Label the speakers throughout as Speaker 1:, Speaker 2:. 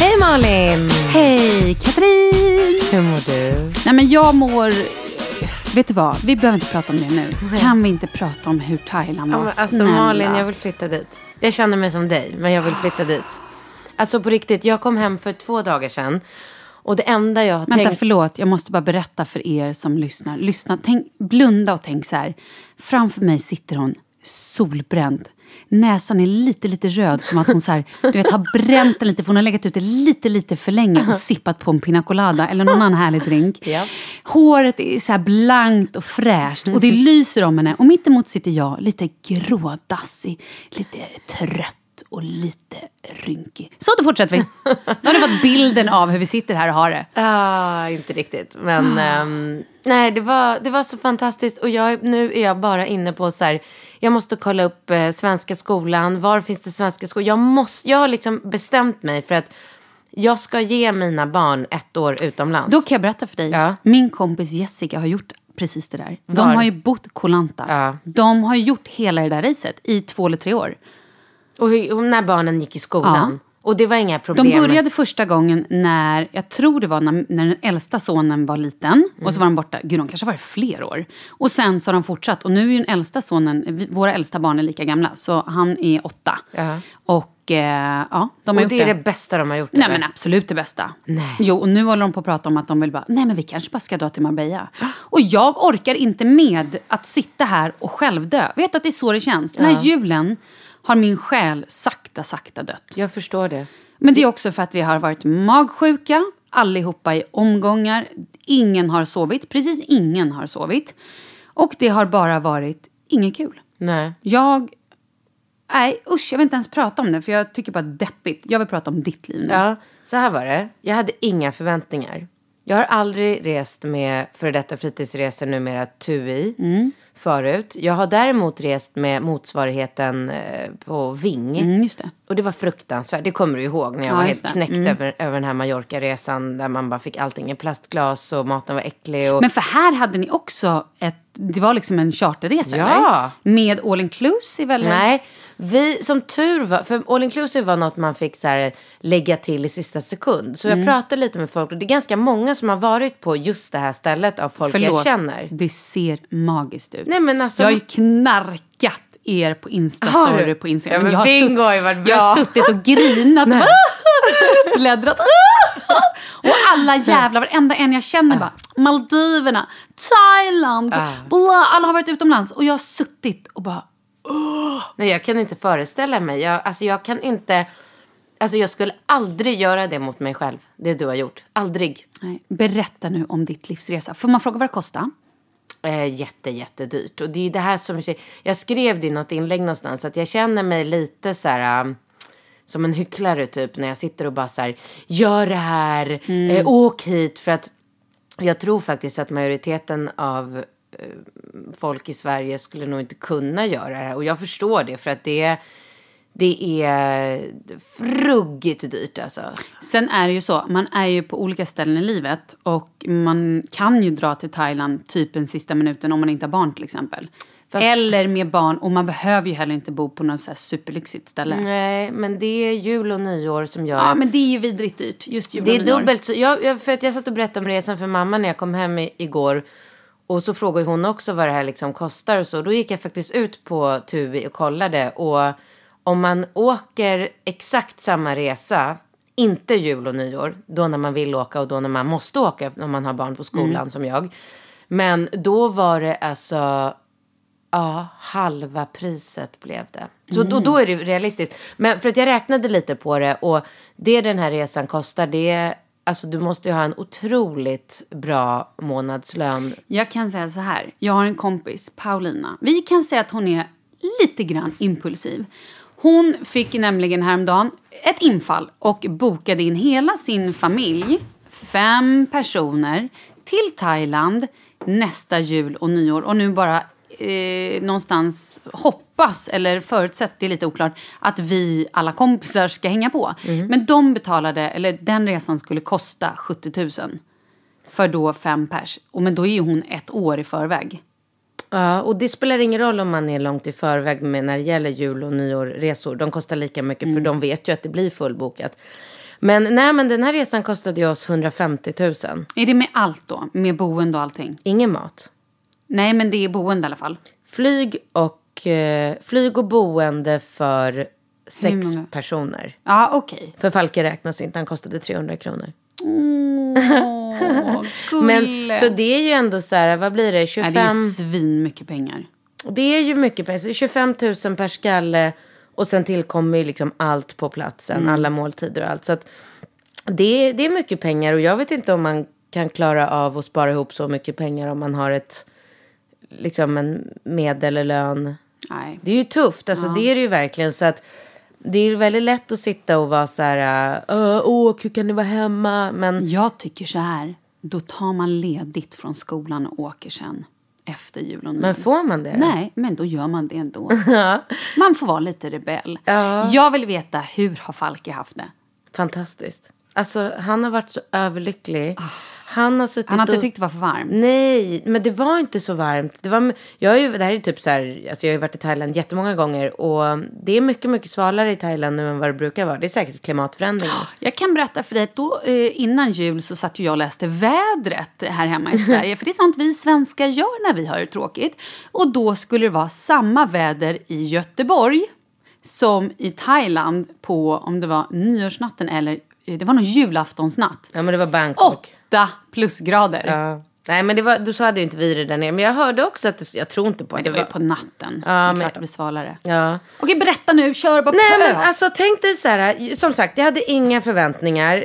Speaker 1: Hej Malin!
Speaker 2: Hej Katrin!
Speaker 1: Hur mår du?
Speaker 2: Nej men jag mår... Vet du vad, vi behöver inte prata om det nu. Kan vi inte prata om hur Thailand var?
Speaker 1: Alltså
Speaker 2: Snälla.
Speaker 1: Malin, jag vill flytta dit. Jag känner mig som dig, men jag vill flytta dit. Alltså på riktigt, jag kom hem för två dagar sedan. Och det enda jag har
Speaker 2: Vänta,
Speaker 1: tänkt...
Speaker 2: förlåt. Jag måste bara berätta för er som lyssnar. Lyssna, tänk, blunda och tänk så här. Framför mig sitter hon solbränd. Näsan är lite, lite röd, som att hon så här, du vet, har bränt den lite. För hon har legat ute lite, lite för länge och sippat på en pina colada eller någon annan härlig drink.
Speaker 1: Ja.
Speaker 2: Håret är så här blankt och fräscht och det lyser om henne. Och mitt emot sitter jag, lite grådassig, lite trött och lite rynkig. Så då fortsätter vi. Nu har ni fått bilden av hur vi sitter här och har det.
Speaker 1: Ah, inte riktigt, men...
Speaker 2: Ah.
Speaker 1: ehm, nej, det var, det var så fantastiskt. Och jag, nu är jag bara inne på så här... Jag måste kolla upp eh, svenska skolan. Var finns det svenska skolan? Jag, måste, jag har liksom bestämt mig för att jag ska ge mina barn ett år utomlands.
Speaker 2: Då kan jag berätta för dig.
Speaker 1: Ja.
Speaker 2: Min kompis Jessica har gjort precis det där. De
Speaker 1: Var?
Speaker 2: har ju bott Koh Lanta.
Speaker 1: Ja.
Speaker 2: De har ju gjort hela det där racet i två eller tre år.
Speaker 1: Och hur, och när barnen gick i skolan.
Speaker 2: Ja.
Speaker 1: Och det var inga problem.
Speaker 2: De började första gången när, jag tror det var när, när den äldsta sonen var liten. Och så var de borta, gud de kanske har varit fler år. Och sen så har de fortsatt. Och nu är ju den äldsta sonen, vi, våra äldsta barn är lika gamla. Så han är åtta.
Speaker 1: Jaha.
Speaker 2: Och eh, ja, de har
Speaker 1: och
Speaker 2: gjort
Speaker 1: det är det bästa de har gjort.
Speaker 2: Nej
Speaker 1: eller?
Speaker 2: men absolut det bästa.
Speaker 1: Nej.
Speaker 2: Jo, och nu håller de på att prata om att de vill bara, nej men vi kanske bara ska dra till Marbella. Och jag orkar inte med att sitta här och själv dö. Vet du att det är så det känns? Den här julen har min själ sakta, sakta dött.
Speaker 1: Jag förstår det.
Speaker 2: Men det är också för att vi har varit magsjuka, allihopa i omgångar. Ingen har sovit, precis ingen har sovit. Och det har bara varit inget kul.
Speaker 1: Nej.
Speaker 2: Jag... Nej, usch, jag vill inte ens prata om det, för jag tycker bara att det är deppigt. Jag vill prata om ditt liv nu.
Speaker 1: Ja, så här var det. Jag hade inga förväntningar. Jag har aldrig rest med före detta fritidsresor, numera TUI,
Speaker 2: Mm.
Speaker 1: förut. Jag har däremot rest med motsvarigheten eh, på Ving.
Speaker 2: Mm, just det.
Speaker 1: Och det var fruktansvärt. Det kommer du ihåg när jag
Speaker 2: Ja,
Speaker 1: var
Speaker 2: just
Speaker 1: helt
Speaker 2: det. Mm.
Speaker 1: knäckt över, över den här Mallorca-resan där man bara fick allting i plastglas och maten var äcklig. Och...
Speaker 2: Men för här hade ni också ett... Det var liksom en charterresa,
Speaker 1: Ja.
Speaker 2: eller? Med all inclusive, eller?
Speaker 1: Nej, vi, som tur var, för all inclusive var något man fick så här, lägga till i sista sekund. Så
Speaker 2: Mm.
Speaker 1: jag pratade lite med folk och det är ganska många som har varit på just det här stället av folk jag
Speaker 2: Förlåt,
Speaker 1: känner.
Speaker 2: det ser magiskt ut.
Speaker 1: Nej men alltså,
Speaker 2: Jag har ju knarkat er på
Speaker 1: Har du?
Speaker 2: Insta-story på Instagram.
Speaker 1: Ja, men
Speaker 2: jag, har
Speaker 1: bingo
Speaker 2: sutt-
Speaker 1: har ju varit bra.
Speaker 2: jag har suttit och grinat. Bläddrat. och alla jävlar, varenda en jag känner bara Maldiverna, Thailand,
Speaker 1: Ah.
Speaker 2: bla. Alla har varit utomlands och jag har suttit och bara
Speaker 1: nej, jag kan inte föreställa mig. Jag, alltså jag kan inte, alltså jag skulle aldrig göra det mot mig själv. Det du har gjort. Aldrig.
Speaker 2: Nej, berätta nu om ditt livsresa. Får man fråga vad det kostar?
Speaker 1: Eh, jätte, jättedyrt. Och det är ju det här som... Jag skrev det i något inlägg någonstans att jag känner mig lite så här... um, Som en hycklare typ när jag sitter och bara så här... Gör det här!
Speaker 2: Mm.
Speaker 1: Eh, åk hit! För att jag tror faktiskt att majoriteten av eh, folk i Sverige skulle nog inte kunna göra det här. Och jag förstår det för att det är... Det är ruggigt dyrt alltså.
Speaker 2: Sen är det ju så, man är ju på olika ställen i livet och man kan ju dra till Thailand typ den sista minuten om man inte har barn till exempel.
Speaker 1: Fast-
Speaker 2: Eller med barn och man behöver ju heller inte bo på något så här superlyxigt ställe.
Speaker 1: Nej, men det är jul och nyår som gör
Speaker 2: Ja, men det är ju vidrigt dyrt just jul
Speaker 1: Det
Speaker 2: och
Speaker 1: är
Speaker 2: nyår.
Speaker 1: dubbelt så. Jag, jag, för att jag satt och berättade om resan för mamma när jag kom hem i, igår. Och så frågade hon också vad det här liksom kostar och så. Då gick jag faktiskt ut på Tubi och kollade. Och om man åker exakt samma resa, inte jul och nyår, då när man vill åka och då när man måste åka, om man har barn på skolan som jag. Men då var det alltså Ja, halva priset blev det. Så då, då är det realistiskt. Men för att jag räknade lite på det och det den här resan kostar det är, alltså du måste ju ha en otroligt bra månadslön.
Speaker 2: Jag kan säga så här, jag har en kompis, Paulina. Vi kan säga att hon är lite grann impulsiv. Hon fick nämligen häromdagen ett infall och bokade in hela sin familj, fem personer, till Thailand nästa jul och nyår. Och nu bara eh, någonstans hoppas, eller förutsätt, det är lite oklart, att vi alla kompisar ska hänga på. Men de betalade, eller den resan skulle kosta 70 000 för då fem pers. Och men då är ju hon ett år i förväg.
Speaker 1: Ja, och det spelar ingen roll om man är långt i förväg med när det gäller jul och nyårresor. De kostar lika mycket för de vet ju att det blir fullbokat. Men nej, men den här resan kostade ju oss 150 000.
Speaker 2: Är det med allt då? Med boende och allting?
Speaker 1: Ingen mat.
Speaker 2: Nej, men det är boende i alla fall.
Speaker 1: Flyg och, eh, flyg och boende för sex
Speaker 2: många?
Speaker 1: personer.
Speaker 2: Ja, okej.
Speaker 1: För Falke räknas inte, han kostade 300 kronor.
Speaker 2: Åh,
Speaker 1: Men,
Speaker 2: gulle.
Speaker 1: så det är ju ändå så här, vad blir det, 25,
Speaker 2: Nej, det är ju svin mycket pengar.
Speaker 1: det är ju mycket pengar, Så 25 000 per skalle och sen tillkommer ju liksom allt på platsen,
Speaker 2: Mm.
Speaker 1: alla måltider och allt. Så att det, är- det är mycket pengar och jag vet inte om man kan klara av att spara ihop så mycket pengar om man har ett, liksom en medellön.
Speaker 2: Nej.
Speaker 1: Det är ju tufft, alltså det är det ju verkligen. Så att det är ju väldigt lätt att sitta och vara så här, "Äh, "Åh, åk, hur kan ni vara hemma? Men
Speaker 2: Jag tycker så här. Då tar man ledigt från skolan och åker sen efter jul och nyår.
Speaker 1: Men får man det? då?
Speaker 2: Nej, men då gör man det ändå. Man får vara lite rebell. Jag vill veta, hur har Falke haft det?
Speaker 1: Fantastiskt. Alltså, han har varit så överlycklig. Han har
Speaker 2: Ah.
Speaker 1: suttit
Speaker 2: Han har inte
Speaker 1: och...
Speaker 2: tyckt det var för varmt.
Speaker 1: Nej, men det var inte så varmt. Det var, jag, är ju, det här är typ så här, alltså jag har ju varit i Thailand jättemånga gånger och det är mycket, mycket svalare i Thailand nu än vad det brukar vara. Det är säkert klimatförändringar.
Speaker 2: Jag kan berätta för dig att då, eh, innan jul så satt ju jag och läste vädret här hemma i Sverige. för det är sånt vi svenskar gör när vi har det tråkigt. Och då skulle det vara samma väder i Göteborg som i Thailand på, om det var nyårsnatten eller, eh, det var någon julaftonsnatt.
Speaker 1: Ja, men det var Bangkok.
Speaker 2: Åtta plusgrader.
Speaker 1: Ja. Nej, men det var, då så hade ju inte vi det där nere. Men jag hörde också att det, jag tror inte på
Speaker 2: Men
Speaker 1: att
Speaker 2: det var ju på natten.
Speaker 1: Ja,
Speaker 2: det är
Speaker 1: men-
Speaker 2: klart det blir svalare.
Speaker 1: Ja.
Speaker 2: Okej, berätta nu. Kör bara
Speaker 1: Nej,
Speaker 2: pös.
Speaker 1: men alltså tänk dig så här. Som sagt, jag hade inga förväntningar.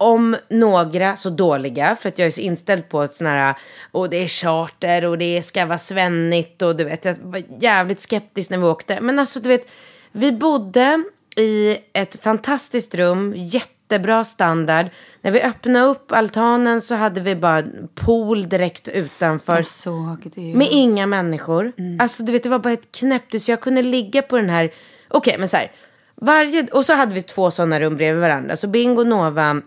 Speaker 1: Om några så dåliga, för att jag är så inställd på ett sån här, och det är charter och det ska vara svennigt och du vet, jag var jävligt skeptisk när vi åkte. Men alltså du vet, vi bodde i ett fantastiskt rum, jättebra standard. När vi öppnade upp altanen så hade vi bara en pool direkt utanför.
Speaker 2: Jag såg det.
Speaker 1: Med inga människor. Alltså du vet det var bara ett knäpptyst. Jag kunde ligga på den här. Okej men så här. Varje... Och så hade vi två sådana rum bredvid varandra. Så Bingo och Nova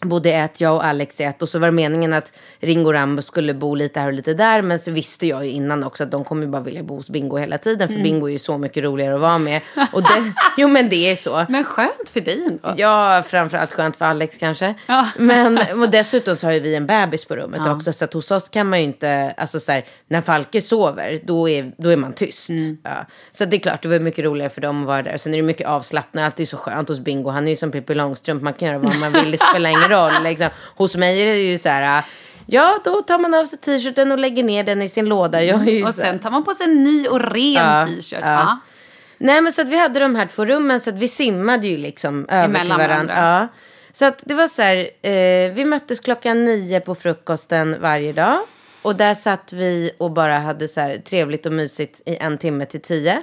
Speaker 1: bodde i ett, jag och Alex i ett. Och så var det meningen att Ringo och Rambo skulle bo lite här och lite där. Men så visste jag ju innan också att de kommer ju bara vilja bo hos Bingo hela tiden. För Bingo är ju så mycket roligare att vara med. Och det... jo men det är så.
Speaker 2: Men skönt för dig ändå.
Speaker 1: Ja, framförallt skönt för Alex kanske.
Speaker 2: Ja.
Speaker 1: Men och dessutom så har ju vi en bebis på rummet också. Så att hos oss kan man ju inte, alltså så här, när Falke sover, då är, då är man tyst.
Speaker 2: Mm.
Speaker 1: Ja. Så det är klart, det var mycket roligare för dem att vara där. Sen är det mycket avslappnat, det är så skönt hos Bingo. Han är ju som Pippi Långstrump, man kan göra vad man vill, det spelar ingen roll. Liksom. Hos mig är det ju så här, ja då tar man av sig t-shirten och lägger ner den i sin låda. Jag är ju
Speaker 2: Och
Speaker 1: så här-
Speaker 2: sen tar man på sig en ny och ren t-shirt. Ah. Ja.
Speaker 1: Nej men så att vi hade de här två rummen så att vi simmade ju liksom över
Speaker 2: Emellan
Speaker 1: till varandra.
Speaker 2: varandra.
Speaker 1: Ja. Så att det var så här, eh, vi möttes klockan nio på frukosten varje dag. Och där satt vi och bara hade så här trevligt och mysigt i en timme till tio.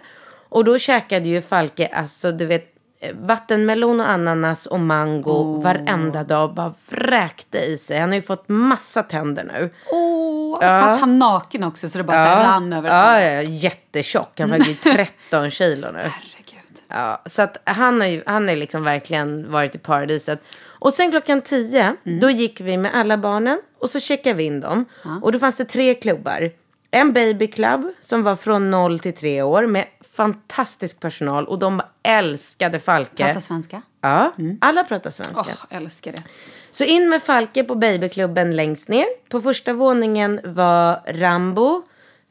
Speaker 1: Och då käkade ju Falke, alltså du vet, eh, vattenmelon och ananas och mango varenda dag. och Bara vräkte i sig. Han har ju fått massa tänder nu.
Speaker 2: Åh, satt han naken också så det bara så här rann över
Speaker 1: ja, ja, ja, jättetjock. Han väger ju 13 kilo nu.
Speaker 2: Herregud.
Speaker 1: Ja, så att han har ju han har liksom verkligen varit i paradiset. Och sen klockan tio, då gick vi med alla barnen och så checkade vi in dem. Och då fanns det tre klubbar. En babyklubb som var från noll till tre år med fantastisk personal och de bara älskade Falke.
Speaker 2: Prata svenska.
Speaker 1: Ja, alla pratar svenska.
Speaker 2: Åh, älskar det.
Speaker 1: Så in med Falke på babyklubben längst ner. På första våningen var Rambo.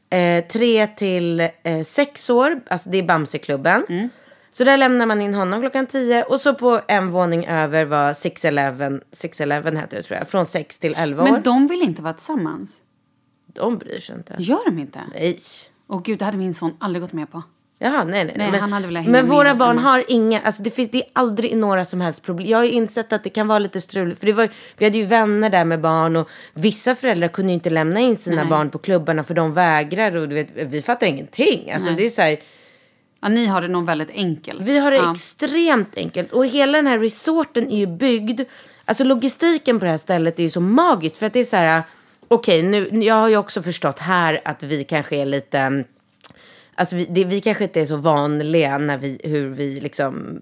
Speaker 1: Eh, tre till eh, sex år. Alltså det är Bamseklubben.
Speaker 2: Mm.
Speaker 1: Så där lämnar man in honom klockan tio. Och så på en våning över var 6-Eleven. 6-Eleven hette det tror jag. Från sex till elva år.
Speaker 2: Men de vill inte vara tillsammans.
Speaker 1: de bryr sig inte.
Speaker 2: Gör de inte?
Speaker 1: Nej.
Speaker 2: Åh gud, det hade min son aldrig gått med på.
Speaker 1: Jaha, nej, nej.
Speaker 2: Nej,
Speaker 1: men
Speaker 2: han hade velat hänga
Speaker 1: men
Speaker 2: med
Speaker 1: våra
Speaker 2: henne.
Speaker 1: barn har inga, alltså det, finns, det är aldrig några som helst problem. Jag har ju insett att det kan vara lite strul. För det var, vi hade ju vänner där med barn och vissa föräldrar kunde ju inte lämna in sina barn på klubbarna för de vägrar och du vet, vi fattar ingenting. Alltså det är så här,
Speaker 2: Ja, ni har det nog väldigt enkelt.
Speaker 1: vi har det
Speaker 2: ja.
Speaker 1: extremt enkelt. Och hela den här resorten är ju byggd. Alltså logistiken på det här stället är ju så magiskt. För att det är så här. Okej, nu, jag har ju också förstått här att vi kanske är lite. mm, Alltså vi, det, vi kanske inte är så vanliga när vi, hur vi liksom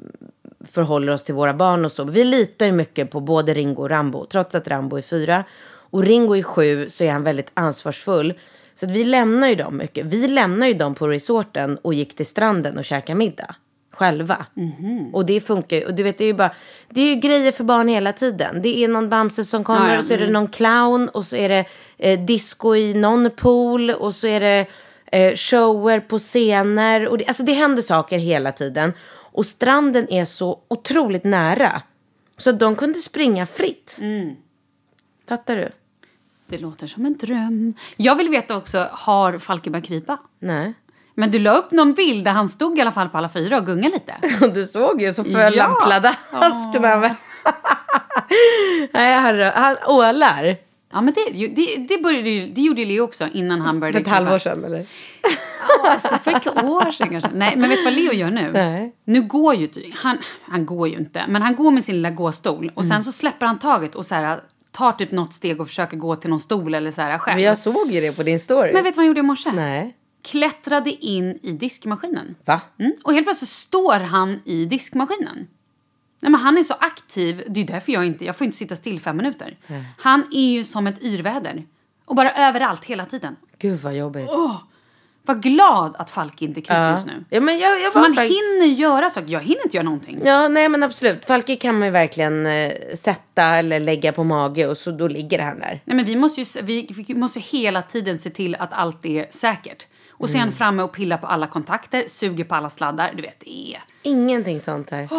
Speaker 1: förhåller oss till våra barn och så. Vi litar ju mycket på både Ringo och Rambo. Trots att Rambo är fyra och Ringo är sju så är han väldigt ansvarsfull. Så att vi lämnar ju dem mycket. Vi lämnar ju dem på resorten och gick till stranden och käkade middag. Själva.
Speaker 2: Mhm.
Speaker 1: Och det funkar ju. Och du vet, det är ju bara... Det är ju grejer för barn hela tiden. Det är någon Bamse som kommer
Speaker 2: Ja, ja,
Speaker 1: och så är det någon clown och så är det eh, disco i någon pool och så är det eh, shower på scener. Och det, alltså det händer saker hela tiden. Och stranden är så otroligt nära. Så att de kunde springa fritt.
Speaker 2: Mm.
Speaker 1: Fattar du?
Speaker 2: Det låter som en dröm. Jag vill veta också, har Falkenberg krypa?
Speaker 1: Nej.
Speaker 2: Men du la upp någon bild där han stod i alla fall på alla fyra och gungade lite.
Speaker 1: Och du såg ju så föll
Speaker 2: Ja.
Speaker 1: han pladask när han... Nej, herre, han ålar.
Speaker 2: Ja, men det, det, det, började, ju- det gjorde ju Leo också innan han började
Speaker 1: För ett
Speaker 2: krypa.
Speaker 1: halvår sedan eller?
Speaker 2: Alltså, för ett år sedan kanske. Nej, men vet du vad Leo gör nu?
Speaker 1: Nej.
Speaker 2: Nu går ju ty- han, han går ju inte, men han går med sin lilla gåstol och
Speaker 1: Mm.
Speaker 2: sen så släpper han taget och så här, tar typ något steg och försöker gå till någon stol eller så här själv.
Speaker 1: Men jag såg ju det på din story.
Speaker 2: Men vet du vad han gjorde i morse?
Speaker 1: Nej.
Speaker 2: Klättrade in i diskmaskinen.
Speaker 1: Va?
Speaker 2: Mm. Och helt plötsligt står han i diskmaskinen. Nej, men han är så aktiv. Det är därför jag inte... Jag får inte sitta still fem minuter. Han är ju som ett yrväder. Och bara överallt hela tiden.
Speaker 1: Gud vad jobbigt.
Speaker 2: Var glad att Falk inte är kul just nu.
Speaker 1: Oh. Ja, men jag, jag
Speaker 2: För
Speaker 1: var
Speaker 2: man
Speaker 1: fakt-
Speaker 2: hinner göra saker. Jag hinner inte göra någonting.
Speaker 1: Ja, nej men absolut. Falke kan man ju verkligen eh, sätta eller lägga på mage och så då ligger han där.
Speaker 2: Nej, men vi, måste ju, s- vi, vi måste ju hela tiden se till att allt är säkert. Och sen
Speaker 1: Mm.
Speaker 2: framme och pilla på alla kontakter, suger på alla sladdar. Du vet, det är...
Speaker 1: Ingenting sånt här.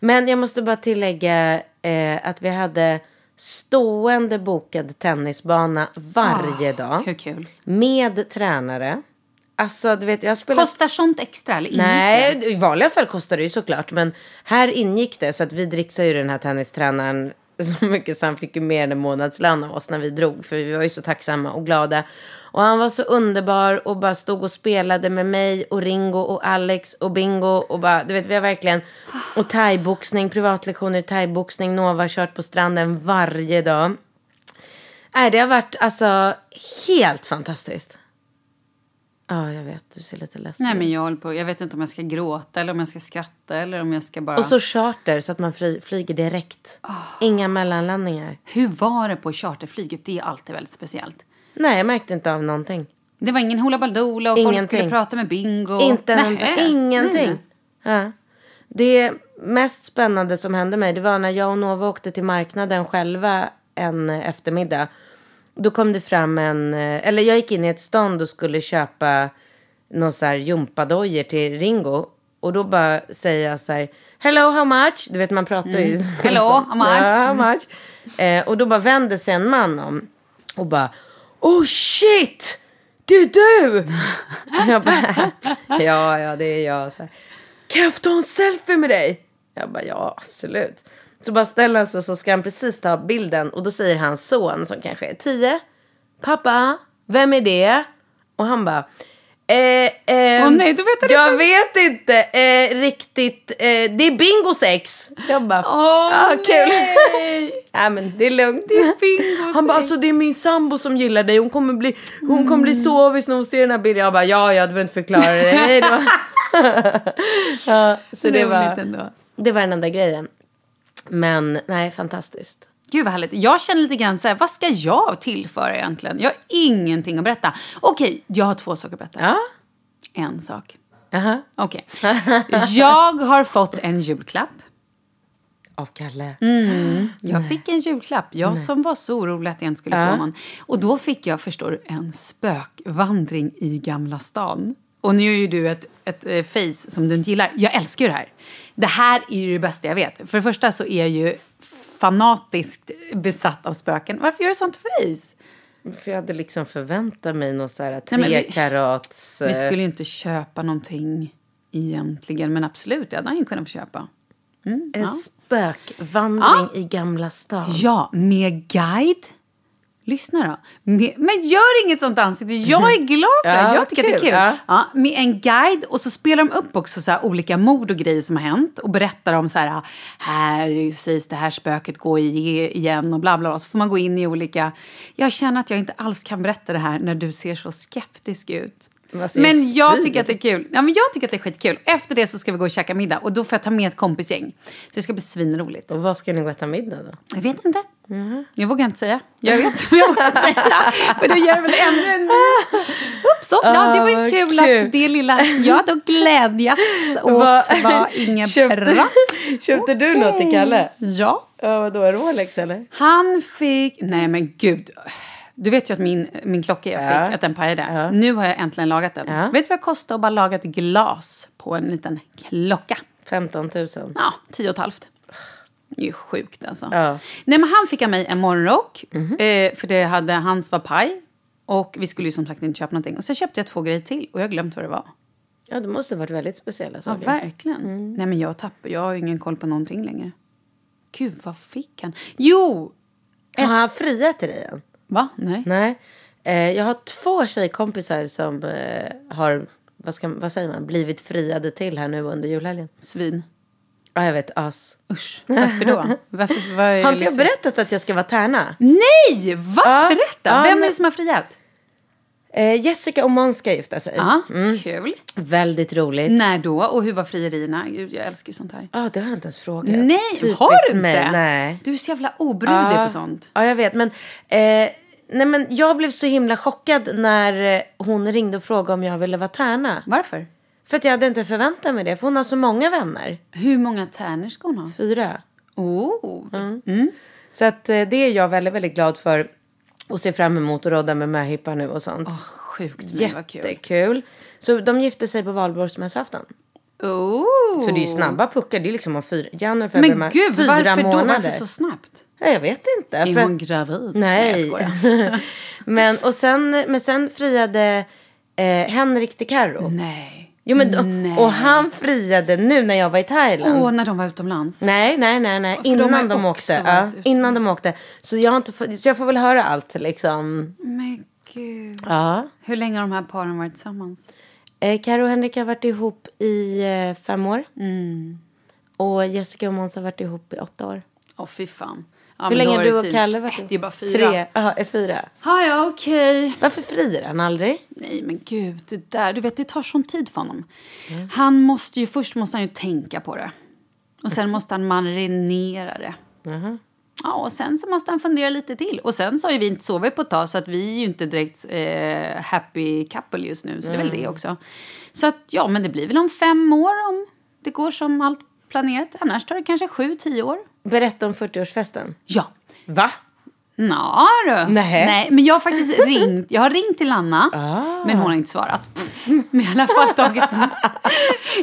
Speaker 1: Men jag måste bara tillägga eh, att vi hade stående bokad tennisbana varje dag.
Speaker 2: Hur kul?
Speaker 1: Med tränare. Alltså, du vet, jag har spelat...
Speaker 2: Kostar sånt extra eller inget?
Speaker 1: Nej, i vanliga fall kostar det ju såklart. Men här ingick det, så att vi dricksade ju den här tennistränaren så mycket så han fick ju mer än en månadslön av oss när vi drog. För vi var ju så tacksamma och glada. Och han var så underbar och bara stod och spelade med mig och Ringo och Alex och Bingo. Och bara, du vet, vi har verkligen... Och thaiboxning, privatlektioner i thaiboxning. Nova har kört på stranden varje dag. Nej, det har varit alltså helt fantastiskt. Ja, jag vet. Du ser lite ledsen
Speaker 2: Nej, men jag håller på. Jag vet inte om jag ska gråta eller om jag ska skratta eller om jag ska bara...
Speaker 1: Och så charter så att man fly, flyger direkt.
Speaker 2: Ah.
Speaker 1: Inga mellanlandningar.
Speaker 2: Hur var det på charterflyget? Det är alltid väldigt speciellt.
Speaker 1: Nej, jag märkte inte av någonting.
Speaker 2: Det var ingen hula baloola och folk
Speaker 1: Ingenting.
Speaker 2: skulle prata med bingo.
Speaker 1: Inte en
Speaker 2: Nähä. Mm.
Speaker 1: enda, ingenting. Ja. Det mest spännande som hände mig det var när jag och Nova åkte till marknaden själva en eh, eftermiddag. Då kom det fram en, eh, eller jag gick in i ett stånd och skulle köpa någon så här gympadojor till Ringo. Och då bara säger jag så här, hello how much? Du vet man pratar ju.
Speaker 2: Mm. Hello, how much?
Speaker 1: Ja, how much? Eh, och då bara vänder sig en man om och bara, oh shit! Det är du! Jag bara, ja, ja, det är jag. Så här, kan jag få ta en selfie med dig? Jag bara, ja, absolut. Så bara ställer han sig och så ska han precis ta bilden och då säger hans son som kanske är tio. Pappa, vem är det? Och han bara, eh, eh,
Speaker 2: Åh, nej, då vet jag det
Speaker 1: jag vet inte eh, riktigt. Eh, det är bingo sex. Jag bara,
Speaker 2: Åh,
Speaker 1: ah, kul.
Speaker 2: nej.
Speaker 1: Nej, men det är lugnt.
Speaker 2: bingo
Speaker 1: Han bara, alltså det är min sambo som gillar dig. Hon kommer bli, hon kommer
Speaker 2: Mm.
Speaker 1: bli så avis när hon ser den här bilden. Jag bara, ja, ja, du behöver inte förklara det. Hej då. ja, så det
Speaker 2: Roligt
Speaker 1: var,
Speaker 2: ändå.
Speaker 1: det var den enda grejen. Men nej, fantastiskt.
Speaker 2: Gud vad härligt. Jag känner lite grann så här, vad ska jag tillföra egentligen? Jag har ingenting att berätta. Okej, jag har två saker att berätta.
Speaker 1: Ja,
Speaker 2: En sak.
Speaker 1: aha.
Speaker 2: Okej. Jag har fått en julklapp.
Speaker 1: Av Kalle.
Speaker 2: Mm. Jag fick en julklapp. Jag som var så orolig att jag inte skulle få någon. Och då fick jag, förstår du, en spökvandring i Gamla stan. Och nu är ju du ett, ett eh, face som du inte gillar. Jag älskar ju det här. Det här är ju det bästa jag vet. För det första så är jag ju fanatiskt besatt av spöken. Varför gör du sånt face?
Speaker 1: För jag hade liksom förväntat mig någon så här
Speaker 2: Nej, men vi-
Speaker 1: tre karats...
Speaker 2: Vi
Speaker 1: eh,
Speaker 2: skulle ju inte köpa någonting egentligen, men absolut, det hade han ju kunnat få köpa.
Speaker 1: En eh, spökvandring i Gamla stan.
Speaker 2: Ja, med guide. Lyssna då. Med, men gör inget sånt ansikte. Jag är glad för det.
Speaker 1: Ja,
Speaker 2: Jag tycker att det är
Speaker 1: kul.
Speaker 2: kul.
Speaker 1: Ja.
Speaker 2: Ja, med en guide och så spelar de upp också så här olika mord och grejer som har hänt och berättar om så här, här sägs det här spöket gå i igen och bla bla bla. Så får man gå in i olika... Jag känner att jag inte alls kan berätta det här när du ser så skeptisk ut.
Speaker 1: Men alltså, jag
Speaker 2: Men jag
Speaker 1: spyr.
Speaker 2: tycker att det är kul. Ja, men jag tycker att det är skitkul. Efter det så ska vi gå och käka middag och då får jag ta med ett kompisgäng. Så det ska bli svinroligt.
Speaker 1: Och vad ska ni gå och äta middag då?
Speaker 2: Jag vet inte. Jag vågar inte säga. Mm. Jag vet men jag vågar inte säga. För det gör väl ännu en Oops, oh, ja, det var
Speaker 1: Ah,
Speaker 2: ju kul,
Speaker 1: kul.
Speaker 2: att det lilla... Ja, då glädjas
Speaker 1: Vad-
Speaker 2: åt vad inget bra.
Speaker 1: köpte du något till
Speaker 2: Okej.
Speaker 1: Kalle?
Speaker 2: Ja.
Speaker 1: Ja, vadå? Rolex eller?
Speaker 2: Han fick... Nej, men gud. Du vet ju att min, min klocka jag fick,
Speaker 1: Ja.
Speaker 2: att den pajade.
Speaker 1: Ja.
Speaker 2: Nu har jag äntligen lagat den.
Speaker 1: Ja.
Speaker 2: Vet du vad det kostar att bara laga ett glas på en liten klocka?
Speaker 1: 15 000.
Speaker 2: Ja, tio och ett halvt. Det är ju sjukt alltså.
Speaker 1: Ja. Mhm.
Speaker 2: Nej, men han fick av mig en morgonrock, eh, för det hade, hans var paj. Och vi skulle ju som sagt inte köpa någonting. Och sen köpte jag två grejer till och jag har glömt vad det var.
Speaker 1: Ja, det måste ha varit väldigt speciella
Speaker 2: Ja,
Speaker 1: saker.
Speaker 2: verkligen.
Speaker 1: Mm.
Speaker 2: Nej, men jag tappar, jag har ju ingen koll på någonting längre. Gud, vad fick han? Jo!
Speaker 1: Har han friat till dig än?
Speaker 2: Va? Nej.
Speaker 1: Nej. Eh, jag har två tjejkompisar som eh, har, vad, ska, vad säger man, blivit friade till här nu under julhelgen.
Speaker 2: Svin.
Speaker 1: Ja, jag vet. As.
Speaker 2: Usch, varför då? Varför, vad är
Speaker 1: Har inte jag
Speaker 2: liksom-
Speaker 1: berättat att jag ska vara tärna?
Speaker 2: Nej! Va?
Speaker 1: Ja.
Speaker 2: Berätta!
Speaker 1: Ja,
Speaker 2: Vem är
Speaker 1: men-
Speaker 2: det som har friat?
Speaker 1: Eh, Jessica och Måns ska gifta sig. Mm.
Speaker 2: Ja, kul.
Speaker 1: Väldigt roligt.
Speaker 2: När då? Och hur var frierierna? Gud, jag älskar ju sånt här.
Speaker 1: Ja, det har jag inte ens frågat.
Speaker 2: Nej, har du
Speaker 1: mig.
Speaker 2: inte?
Speaker 1: Nej.
Speaker 2: Du är så jävla obrudig på sånt.
Speaker 1: Ja, jag vet. Men, eh, nej, men jag blev så himla chockad när eh, hon ringde och frågade om jag ville vara tärna.
Speaker 2: Varför?
Speaker 1: För att jag hade inte förväntat mig det. För hon har så många vänner.
Speaker 2: Hur många tärnor ska hon ha?
Speaker 1: Fyra.
Speaker 2: Oh.
Speaker 1: Så att, eh, det är jag väldigt, väldigt glad för. Och ser fram emot att rodda med möhippa nu och sånt.
Speaker 2: Sjukt men vad kul.
Speaker 1: Jättekul. Så de gifte sig på valborgsmässoafton.
Speaker 2: Oh.
Speaker 1: Så det är ju snabba puckar. Det är liksom om fyra, januari, februari,
Speaker 2: Men
Speaker 1: mars.
Speaker 2: gud,
Speaker 1: fyra
Speaker 2: varför då?
Speaker 1: månader.
Speaker 2: Varför så snabbt?
Speaker 1: Nej, jag vet inte.
Speaker 2: Är
Speaker 1: För
Speaker 2: hon
Speaker 1: att-
Speaker 2: gravid? jag
Speaker 1: Nej.
Speaker 2: skojar.
Speaker 1: men, och sen, men sen friade eh, Henrik till Carro.
Speaker 2: Nej.
Speaker 1: Jo, men, och, och han friade nu när jag var i Thailand.
Speaker 2: Åh, när de var utomlands?
Speaker 1: Mm. Nej, nej, nej, nej.
Speaker 2: de har
Speaker 1: Innan de,
Speaker 2: också
Speaker 1: åkte.
Speaker 2: varit
Speaker 1: Ja,
Speaker 2: utomlands.
Speaker 1: innan de åkte. Så jag, har inte, få- så jag får väl höra allt liksom.
Speaker 2: Men gud.
Speaker 1: Ja.
Speaker 2: Hur länge har de här paren varit tillsammans?
Speaker 1: Eh, Karo och Henrik har varit ihop i eh, fem år.
Speaker 2: Mm.
Speaker 1: Och Jessica och Måns har varit ihop i åtta år.
Speaker 2: Åh, fy fan.
Speaker 1: Hur länge har du och Kalle varit
Speaker 2: ihop? Det är bara fyra.
Speaker 1: Tre. Aha, är fyra.
Speaker 2: Ja, ja, okej.
Speaker 1: Varför friar han aldrig?
Speaker 2: Nej, men gud. Det där, du vet, det tar sån tid för honom. Han måste ju, först måste han ju tänka på det. Och sen måste han marinera det. Ja, och sen så måste han fundera lite till. Och sen så har ju vi inte sovit på ett tag så att vi är ju inte direkt eh, happy couple just nu. Så det är väl det också. Så att ja, men det blir väl om fem år om det går som allt planerat. Annars tar det kanske sju, tio år.
Speaker 1: Berätta om 40-årsfesten.
Speaker 2: Ja.
Speaker 1: Va?
Speaker 2: Nå, du.
Speaker 1: Nej.
Speaker 2: Nej, men jag har faktiskt ringt. Jag har ringt till Anna, men hon har inte svarat. Men jag har i alla fall tagit... jag har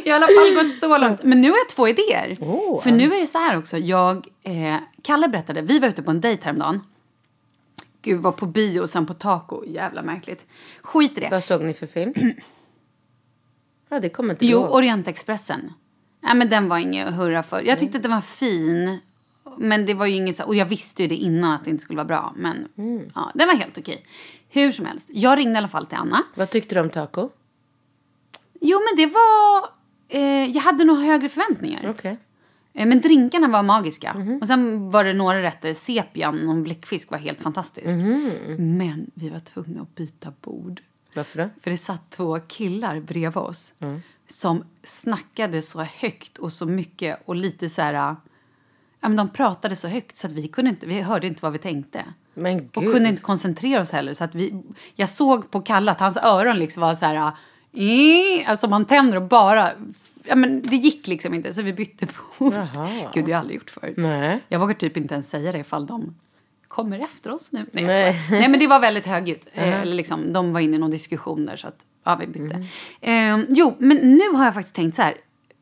Speaker 2: i alla fall gått så långt. Men nu har jag två idéer. För nu är det så här också. Jag, eh, Kalle berättade, vi var ute på en dejt häromdagen. Gud, var på bio och sen på taco. Jävla märkligt. Skit i det.
Speaker 1: Vad såg ni för film? ja, det kommer inte
Speaker 2: Jo,
Speaker 1: du ihåg.
Speaker 2: Orientexpressen. Nej, men den var ingen att hurra för. Jag tyckte att den var fin. Men det var ju inget så och jag visste ju det innan att det inte skulle vara bra. Men ja, den var helt okej. Hur som helst, jag ringde i alla fall till Anna.
Speaker 1: Vad tyckte du om taco?
Speaker 2: Jo, men det var... Eh, jag hade nog högre förväntningar.
Speaker 1: Okej.
Speaker 2: Eh, men drinkarna var magiska. Och sen var det några rätter. Sepian och bläckfisk var helt fantastisk. Men vi var tvungna att byta bord.
Speaker 1: Varför då?
Speaker 2: För det satt två killar bredvid oss
Speaker 1: Mm.
Speaker 2: som snackade så högt och så mycket och lite så här... Ja, men de pratade så högt så att vi, kunde inte, vi hörde inte vad vi tänkte.
Speaker 1: Men
Speaker 2: och
Speaker 1: gud.
Speaker 2: kunde inte koncentrera oss heller. Så att vi, jag såg på Kalle att hans öron liksom var så här... "Eh", Alltså man tänder och bara... Ja, men det gick liksom inte, så vi bytte bord. Gud, det har jag aldrig gjort förut.
Speaker 1: Nej.
Speaker 2: Jag vågar typ inte ens säga det ifall de kommer efter oss nu. Nej, jag
Speaker 1: Nej. Uh-huh.
Speaker 2: skojar. Nej men det var väldigt högljutt. Eh, Eller liksom, de var inne i någon diskussion där så att, ja vi bytte.
Speaker 1: Mm.
Speaker 2: Eh, jo, men nu har jag faktiskt tänkt så här.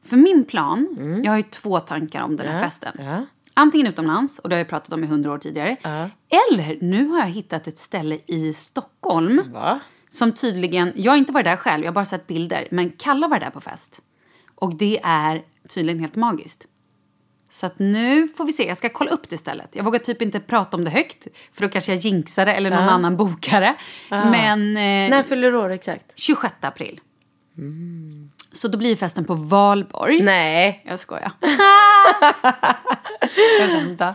Speaker 2: För min plan, jag har ju två tankar om den här festen.
Speaker 1: Mm. ja.
Speaker 2: Antingen utomlands, och det har jag pratat om i hundra år tidigare. Eller nu har jag hittat ett ställe i Stockholm.
Speaker 1: Va?
Speaker 2: Som tydligen, jag har inte varit där själv, jag har bara sett bilder. Men Kalla var där på fest. Och det är tydligen helt magiskt. Så att nu får vi se. Jag ska kolla upp det istället. Jag vågar typ inte prata om det högt. För då kanske jag jinxar det eller någon annan bokare. Men eh,
Speaker 1: När fyller du år exakt?
Speaker 2: 26 april. Så då blir ju festen på Valborg.
Speaker 1: Nej.
Speaker 2: Jag skojar. Ah! jag skämtar.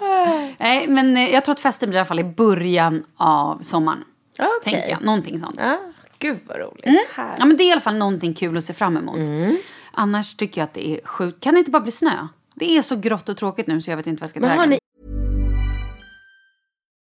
Speaker 2: Nej, men eh, jag tror att festen blir i alla fall i början av sommaren.
Speaker 1: Okej.
Speaker 2: Tänker jag. Någonting sånt. Mm.
Speaker 1: Ja. Gud vad roligt.
Speaker 2: Ja, men det är i alla fall någonting kul att se fram emot.
Speaker 3: Mm.
Speaker 2: Annars tycker jag att det är sjukt. Kan det inte bara bli snö? Det är så grått och tråkigt nu så jag vet inte vad jag ska ta
Speaker 1: Men har
Speaker 2: vägen.
Speaker 1: ni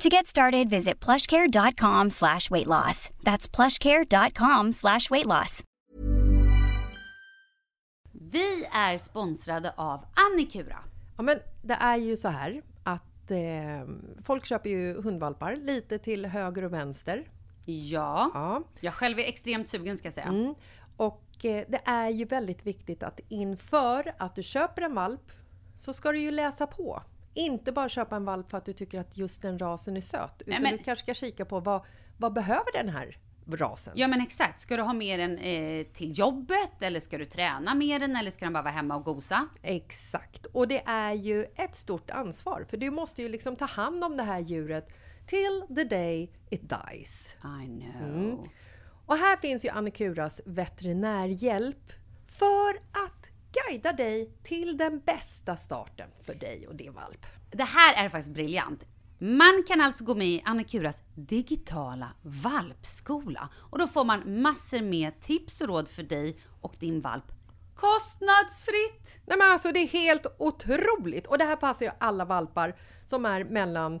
Speaker 4: To get started, visit plushcare.com slash weight loss. That's plushcare.com slash weight loss.
Speaker 2: Vi är sponsrade av Annikura.
Speaker 3: Ja, men det är ju så här att eh, folk köper ju hundvalpar lite till höger och vänster.
Speaker 2: Ja.
Speaker 3: Ja.
Speaker 2: Jag själv är extremt sugen ska jag säga.
Speaker 3: Mm. Och eh, det är ju väldigt viktigt att inför att du köper en valp så ska du ju läsa på. Inte bara köpa en valp för att du tycker att just den rasen är söt. Utan
Speaker 2: men-
Speaker 3: du kanske ska kika på vad, vad behöver den här rasen?
Speaker 2: Ja men exakt, ska du ha med den eh, till jobbet eller ska du träna med den eller ska den bara vara hemma och gosa?
Speaker 3: Exakt. Och det är ju ett stort ansvar. För du måste ju liksom ta hand om det här djuret till the day it dies.
Speaker 2: I know.
Speaker 3: Mm. Och här finns ju Annikuras veterinärhjälp för att guida dig till den bästa starten för dig och din valp.
Speaker 2: Det här är faktiskt briljant. Man kan alltså gå med i Annikuras digitala valpskola och då får man massor med tips och råd för dig och din valp kostnadsfritt.
Speaker 3: Nej men alltså det är helt otroligt! Och det här passar ju alla valpar som är mellan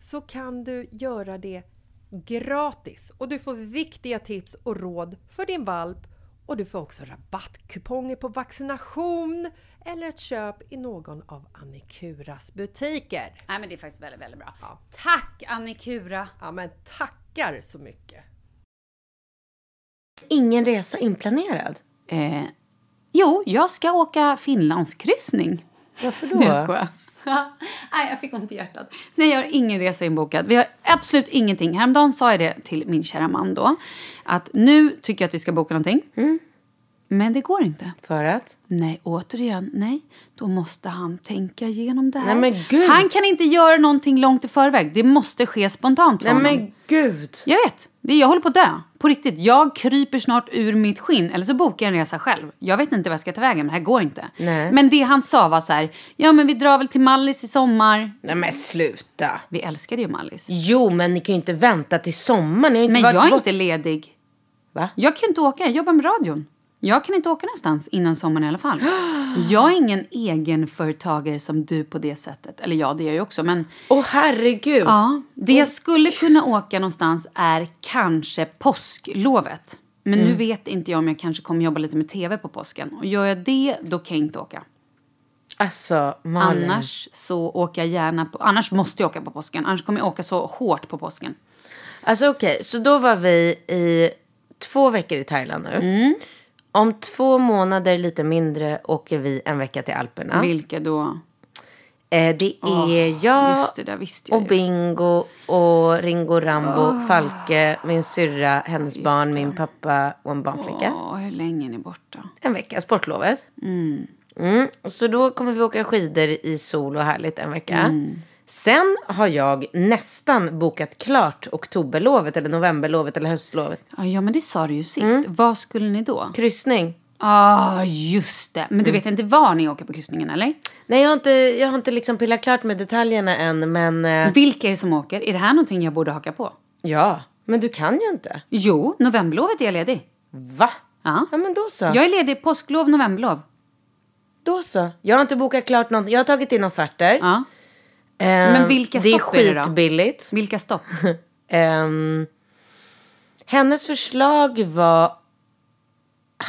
Speaker 3: så kan du göra det gratis. Och du får viktiga tips och råd för din valp och du får också rabattkuponger på vaccination eller ett köp i någon av Annikuras butiker.
Speaker 2: Nej men det är faktiskt väldigt, väldigt bra. Tack Annikura!
Speaker 3: Ja men tackar så mycket!
Speaker 1: Ingen resa inplanerad.
Speaker 2: Eh, jo, jag ska åka Finlandskryssning.
Speaker 1: Varför
Speaker 2: Nej, jag skojar. Nej, jag fick ont i hjärtat. Nej, jag har ingen resa inbokad. Vi har absolut ingenting. Häromdagen sa jag det till min kära man då. Att nu tycker jag att vi ska boka någonting.
Speaker 1: Mm.
Speaker 2: Men det går inte.
Speaker 1: För att?
Speaker 2: Nej, återigen, nej. Då måste han tänka igenom det här.
Speaker 1: Nej, men gud.
Speaker 2: Han kan inte göra någonting långt i förväg. Det måste ske spontant för
Speaker 1: Nej
Speaker 2: honom.
Speaker 1: men gud.
Speaker 2: Jag vet. Det, jag håller på att dö. På riktigt. Jag kryper snart ur mitt skinn. Eller så bokar jag en resa själv. Jag vet inte vad jag ska ta vägen. Men det här går inte.
Speaker 1: Nej.
Speaker 2: Men det han sa var så här. Ja men vi drar väl till Mallis i sommar.
Speaker 1: Nej men sluta.
Speaker 2: Vi älskade ju Mallis.
Speaker 1: Jo men ni kan ju inte vänta till sommaren. Ni har inte
Speaker 2: Men
Speaker 1: varit
Speaker 2: jag är
Speaker 1: bort-
Speaker 2: inte ledig.
Speaker 1: Va?
Speaker 2: Jag kan inte åka. Jag jobbar med radion. Jag kan inte åka någonstans innan sommaren i alla fall. Jag är ingen egenföretagare som du på det sättet. Eller ja, det är jag ju också. Men
Speaker 1: Åh herregud.
Speaker 2: Ja, det jag skulle kunna åka någonstans är kanske påsklovet. Men
Speaker 1: Mm.
Speaker 2: nu vet inte jag om jag kanske kommer jobba lite med tv på påsken. Och gör jag det, då kan jag inte åka.
Speaker 1: Alltså Malin.
Speaker 2: Annars så åker jag gärna på... Annars måste jag åka på påsken. Annars kommer jag åka så hårt på påsken.
Speaker 1: Alltså okej, så då var vi i två veckor i Thailand nu.
Speaker 2: Mm.
Speaker 1: Om två månader lite mindre åker vi en vecka till Alperna.
Speaker 2: Vilka då?
Speaker 1: Eh, det är
Speaker 2: Åh,
Speaker 1: jag
Speaker 2: just det, där visste jag
Speaker 1: och
Speaker 2: ju. Ah.
Speaker 1: Bingo och Ringo Rambo, Falke, min syrra, hennes barn, min pappa och en barnflicka.
Speaker 2: Åh, hur länge är ni borta?
Speaker 1: En vecka, sportlovet. Mm. Mm, så då kommer vi åka skidor i sol och härligt en vecka.
Speaker 2: Mm.
Speaker 1: Sen har jag nästan bokat klart oktoberlovet eller novemberlovet eller höstlovet.
Speaker 2: Ja, ja, men det sa du ju sist.
Speaker 1: Mm.
Speaker 2: Vad skulle ni då?
Speaker 1: Kryssning.
Speaker 2: Ja, just det. Men du
Speaker 1: Mm.
Speaker 2: vet inte var ni åker på kryssningen, eller?
Speaker 1: Nej, jag har inte, jag har inte liksom pillat klart med detaljerna än, men... eh,
Speaker 2: Vilka är det som åker? Är det här någonting jag borde haka på?
Speaker 1: Ja, men du kan ju inte.
Speaker 2: Jo, novemberlovet är jag ledig.
Speaker 1: Va?
Speaker 2: Ja.
Speaker 1: Ja, men då så.
Speaker 2: Jag är ledig påsklov, novemberlov.
Speaker 1: Då så. Jag har inte bokat klart någonting. Jag har tagit in offerter.
Speaker 2: Ja.
Speaker 1: Ehm,
Speaker 2: Men vilka
Speaker 1: det är
Speaker 2: stopp är det då?
Speaker 1: skitbilligt.
Speaker 2: Vilka stopp?
Speaker 1: Ehm, hennes förslag var...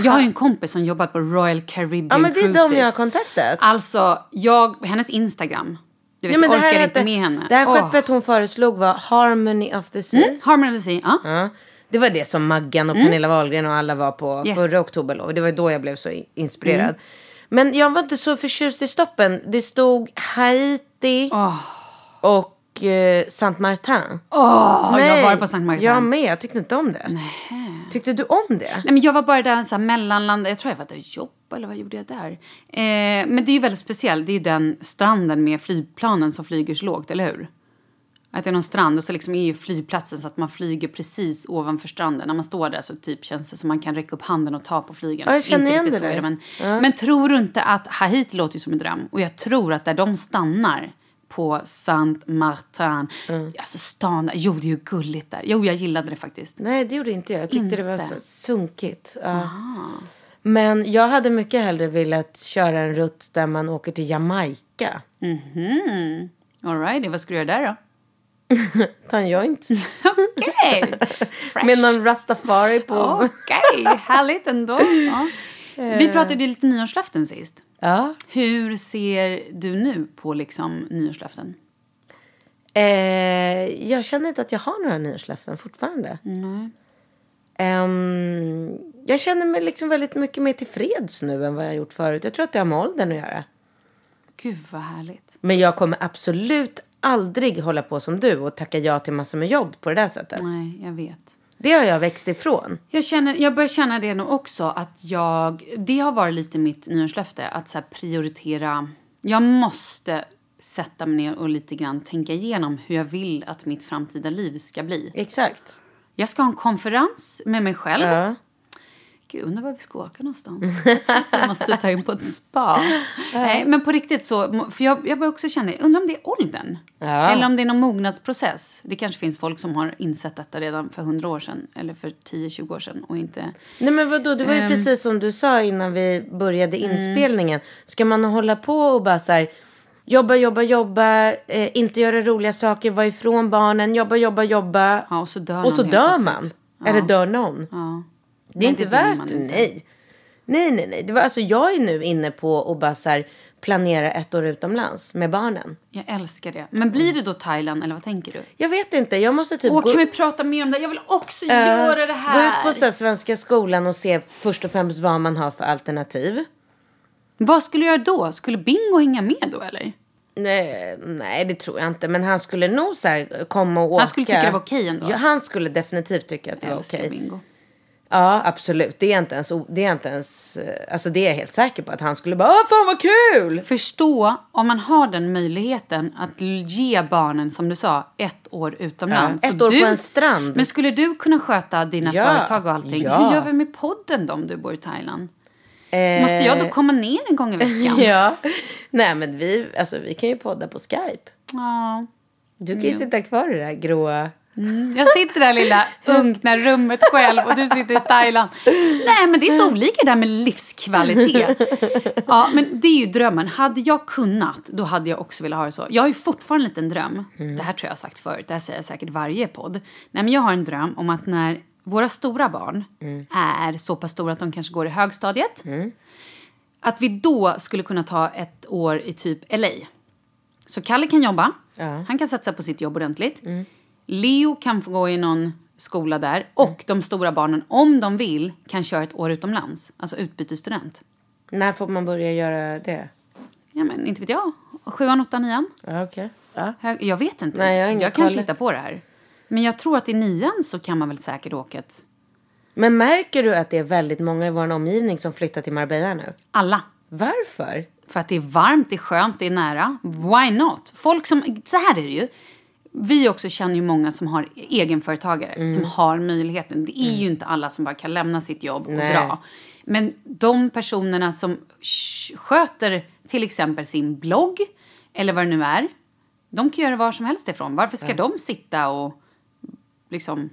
Speaker 2: Jag har ju en kompis som jobbar på Royal Caribbean
Speaker 1: Ja, men det är
Speaker 2: Cruises.
Speaker 1: de jag har kontaktat.
Speaker 2: Alltså, jag, hennes Instagram. Du vet,
Speaker 1: Nej, men
Speaker 2: jag orkar
Speaker 1: är
Speaker 2: inte
Speaker 1: att-
Speaker 2: med henne.
Speaker 1: Det här
Speaker 2: Åh.
Speaker 1: skeppet hon föreslog var Harmony of the Sea.
Speaker 2: Mm, Harmony of the Sea, ja.
Speaker 1: Ja. Det var det som Maggan och Pernilla Wahlgren och alla var på
Speaker 2: Mm. Yes. Mm.
Speaker 1: förra oktoberlov. Det var då jag blev så i- inspirerad. Men jag var inte så förtjust i stoppen. Det stod Haiti och eh, Saint Martin.
Speaker 2: Åh, jag var på Sankt Martin.
Speaker 1: Jag med, jag tyckte inte om det. Tyckte du om det?
Speaker 2: Nej, men jag var bara där så här mellanland. Jag tror jag var där och jobbade, eller vad gjorde jag där? Eh, men det är ju väldigt speciellt. Det är ju den stranden med flygplanen som flyger så lågt, eller hur? Att det är någon strand och så liksom är ju flygplatsen så att man flyger precis ovanför stranden. När man står där så typ känns det som man kan räcka upp handen och ta på flygen.
Speaker 1: Ja, jag känner
Speaker 2: inte
Speaker 1: igen
Speaker 2: riktigt
Speaker 1: det
Speaker 2: så
Speaker 1: där.
Speaker 2: är det, men, men tror du inte att Haiti låter ju som en dröm? Och jag tror att där de stannar på Saint Martin,
Speaker 1: Mm.
Speaker 2: alltså stan där. Jo, det är ju gulligt där. Jo, jag gillade det faktiskt.
Speaker 1: Nej, det gjorde inte jag. Jag tyckte det var
Speaker 2: Inte.
Speaker 1: så sunkigt. Ja. Men jag hade mycket hellre velat köra en rutt där man åker till Jamaica.
Speaker 2: Mhm. All right, vad ska du göra där då?
Speaker 1: Ta en joint.
Speaker 2: Okej! Fresh.
Speaker 1: Med någon rastafari på.
Speaker 2: Okej, härligt ändå. Ja. Vi pratade ju lite nyårslöften sist.
Speaker 1: Ja.
Speaker 2: Hur ser du nu på liksom nyårslöften?
Speaker 1: Eh, jag känner inte att jag har några nyårslöften fortfarande. Ehm, jag känner mig liksom väldigt mycket mer tillfreds nu än vad jag gjort förut. Jag tror att det har med åldern att göra.
Speaker 2: Gud vad härligt.
Speaker 1: Men jag kommer absolut aldrig hålla på som du och tacka ja till massor med jobb på det där sättet.
Speaker 2: Nej, jag vet.
Speaker 1: Det har jag växt ifrån.
Speaker 2: Jag, känner, jag börjar känna det nu också att jag, det har varit lite mitt nyårslöfte att så här prioritera. Jag måste sätta mig ner och lite grann tänka igenom hur jag vill att mitt framtida liv ska bli.
Speaker 1: Exakt.
Speaker 2: Jag ska ha en konferens med mig själv.
Speaker 1: Ja.
Speaker 2: Gud, undrar var vi ska åka någonstans. Jag tror att vi måste ta in på ett spa. Nej, men på riktigt så, för jag, jag börjar också känna, undrar om det är åldern?
Speaker 1: Ja.
Speaker 2: Eller om det är någon mognadsprocess? Det kanske finns folk som har insett detta redan för 100 år sedan eller för 10-20 år sedan och inte...
Speaker 1: Nej men vadå, det var ju
Speaker 2: Ehm.
Speaker 1: precis som du sa innan vi började
Speaker 2: Mm.
Speaker 1: inspelningen. Ska man hålla på och bara så här, jobba, jobba, jobba, eh, inte göra roliga saker, vara ifrån barnen, jobba, jobba, jobba.
Speaker 2: Ja, och så dör
Speaker 1: och så
Speaker 2: någon
Speaker 1: dör
Speaker 2: helt
Speaker 1: man.
Speaker 2: plötsligt.
Speaker 1: Eller dör någon.
Speaker 2: Ja.
Speaker 1: Det är inte
Speaker 2: det vill
Speaker 1: värt
Speaker 2: man
Speaker 1: det.
Speaker 2: inte.
Speaker 1: Nej. Nej, nej, nej. Det var, alltså, jag är nu inne på att bara så här, planera ett år utomlands med barnen.
Speaker 2: Jag älskar det. Men blir det då Thailand eller vad tänker du?
Speaker 1: Jag vet inte, jag måste typ
Speaker 2: Åh,
Speaker 1: gå,
Speaker 2: kan vi prata mer om det? Jag vill också
Speaker 1: eh,
Speaker 2: göra det
Speaker 1: gå
Speaker 2: här!
Speaker 1: ut på så här, svenska skolan och se först och främst vad man har för alternativ.
Speaker 2: Vad skulle jag göra då? Skulle Bingo hänga med då eller?
Speaker 1: Nej, nej, det tror jag inte. Men han skulle nog så här komma och åka.
Speaker 2: Han skulle tycka det var okej ändå.
Speaker 1: Ja, han skulle definitivt tycka att det
Speaker 2: Jag
Speaker 1: var
Speaker 2: älskar
Speaker 1: okej.
Speaker 2: Bingo.
Speaker 1: Ja, absolut. Det är inte ens... Det är inte ens eh, alltså det är jag helt säker på. Att han skulle bara Åh, fan vad kul!
Speaker 2: Förstå om man har den möjligheten att l- ge barnen, som du sa, ett år utomlands.
Speaker 1: Ja,
Speaker 2: Och
Speaker 1: ett år
Speaker 2: du,
Speaker 1: på en strand.
Speaker 2: Men skulle du kunna sköta dina
Speaker 1: Ja,
Speaker 2: företag och allting?
Speaker 1: ja.
Speaker 2: Hur gör vi med podden då om du bor i Thailand? Måste jag då komma ner en gång i veckan?
Speaker 1: Eh, Ja. Nej, men vi, alltså, vi kan ju podda på Skype.
Speaker 2: Ja.
Speaker 1: Du kan ju sitta kvar i det här gråa...
Speaker 2: Jag sitter där lilla unkna rummet själv och du sitter i Thailand. Nej, men det är så olika det där med livskvalitet. Ja, men det är ju drömmen. Hade jag kunnat, då hade jag också velat ha det så. Jag har ju fortfarande en liten dröm. Det här tror jag jag har sagt förut, det här säger jag säkert i varje podd. Nej, men jag har en dröm om att när våra stora barn är så pass stora att de kanske går i högstadiet. Att vi då skulle kunna ta ett år i typ LA. Så Kalle kan jobba. Han kan satsa på sitt jobb ordentligt.
Speaker 1: Mm.
Speaker 2: Leo kan få gå i någon skola där. Och de stora barnen, om de vill, kan köra ett år utomlands. Alltså utbytesstudent.
Speaker 1: När får man börja göra det?
Speaker 2: Ja, men inte vet jag. Sjuan, åttan, nian?
Speaker 1: Ja, okej. Ja.
Speaker 2: Hög- Jag vet inte.
Speaker 1: Nej, jag har ingen
Speaker 2: kanske
Speaker 1: koll.
Speaker 2: hittar på det här. Men jag tror att i nian så kan man väl säkert åka ett...
Speaker 1: Men märker du att det är väldigt många i vår omgivning som flyttar till Marbella nu?
Speaker 2: Alla.
Speaker 1: Varför?
Speaker 2: För att det är varmt, det är skönt, det är nära. Why not? Folk som, så här är det ju. Vi också känner ju många som har egenföretagare,
Speaker 1: Mm.
Speaker 2: som har möjligheten. Det är ju inte alla som bara kan lämna sitt jobb och
Speaker 1: Nej.
Speaker 2: dra. Men de personerna som sh- sköter till exempel sin blogg, eller vad det nu är, de kan göra var som helst ifrån. Varför ska de sitta och liksom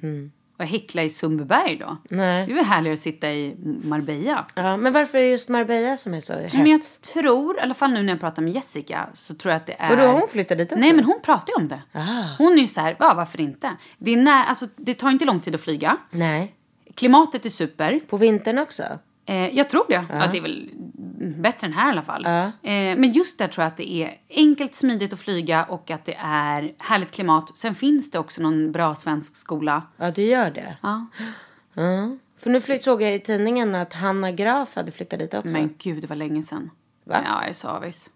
Speaker 2: och häckla i Sundbyberg då?
Speaker 1: Mm. Nej.
Speaker 2: Det är väl härligare att sitta i Marbella.
Speaker 1: Ja, men varför är det just Marbella som är så hett?
Speaker 2: Nej, men jag tror, i alla fall nu när jag pratar med Jessica, så tror jag att det är...
Speaker 1: Vadå, hon flyttar dit också? Ah.
Speaker 2: Nej, men hon pratar ju om det. Hon är ju så här, ja, varför inte? Det, är när, alltså, det tar inte lång tid att flyga.
Speaker 1: Nej.
Speaker 2: Klimatet är super.
Speaker 1: På vintern också?
Speaker 2: Eh, jag tror
Speaker 1: Ah.
Speaker 2: det. Ja. det är väl bättre än här i alla fall. Eh, men just där tror jag att det är enkelt, smidigt att flyga och att det är härligt klimat. Sen finns det också någon bra svensk skola.
Speaker 1: Ja, det gör det.
Speaker 2: Ja.
Speaker 1: Ja. För nu flytt, såg jag i tidningen att Hanna Graf hade flyttat dit också.
Speaker 2: Men gud, det var länge sedan.
Speaker 1: Va?
Speaker 2: Ja, jag är så avis.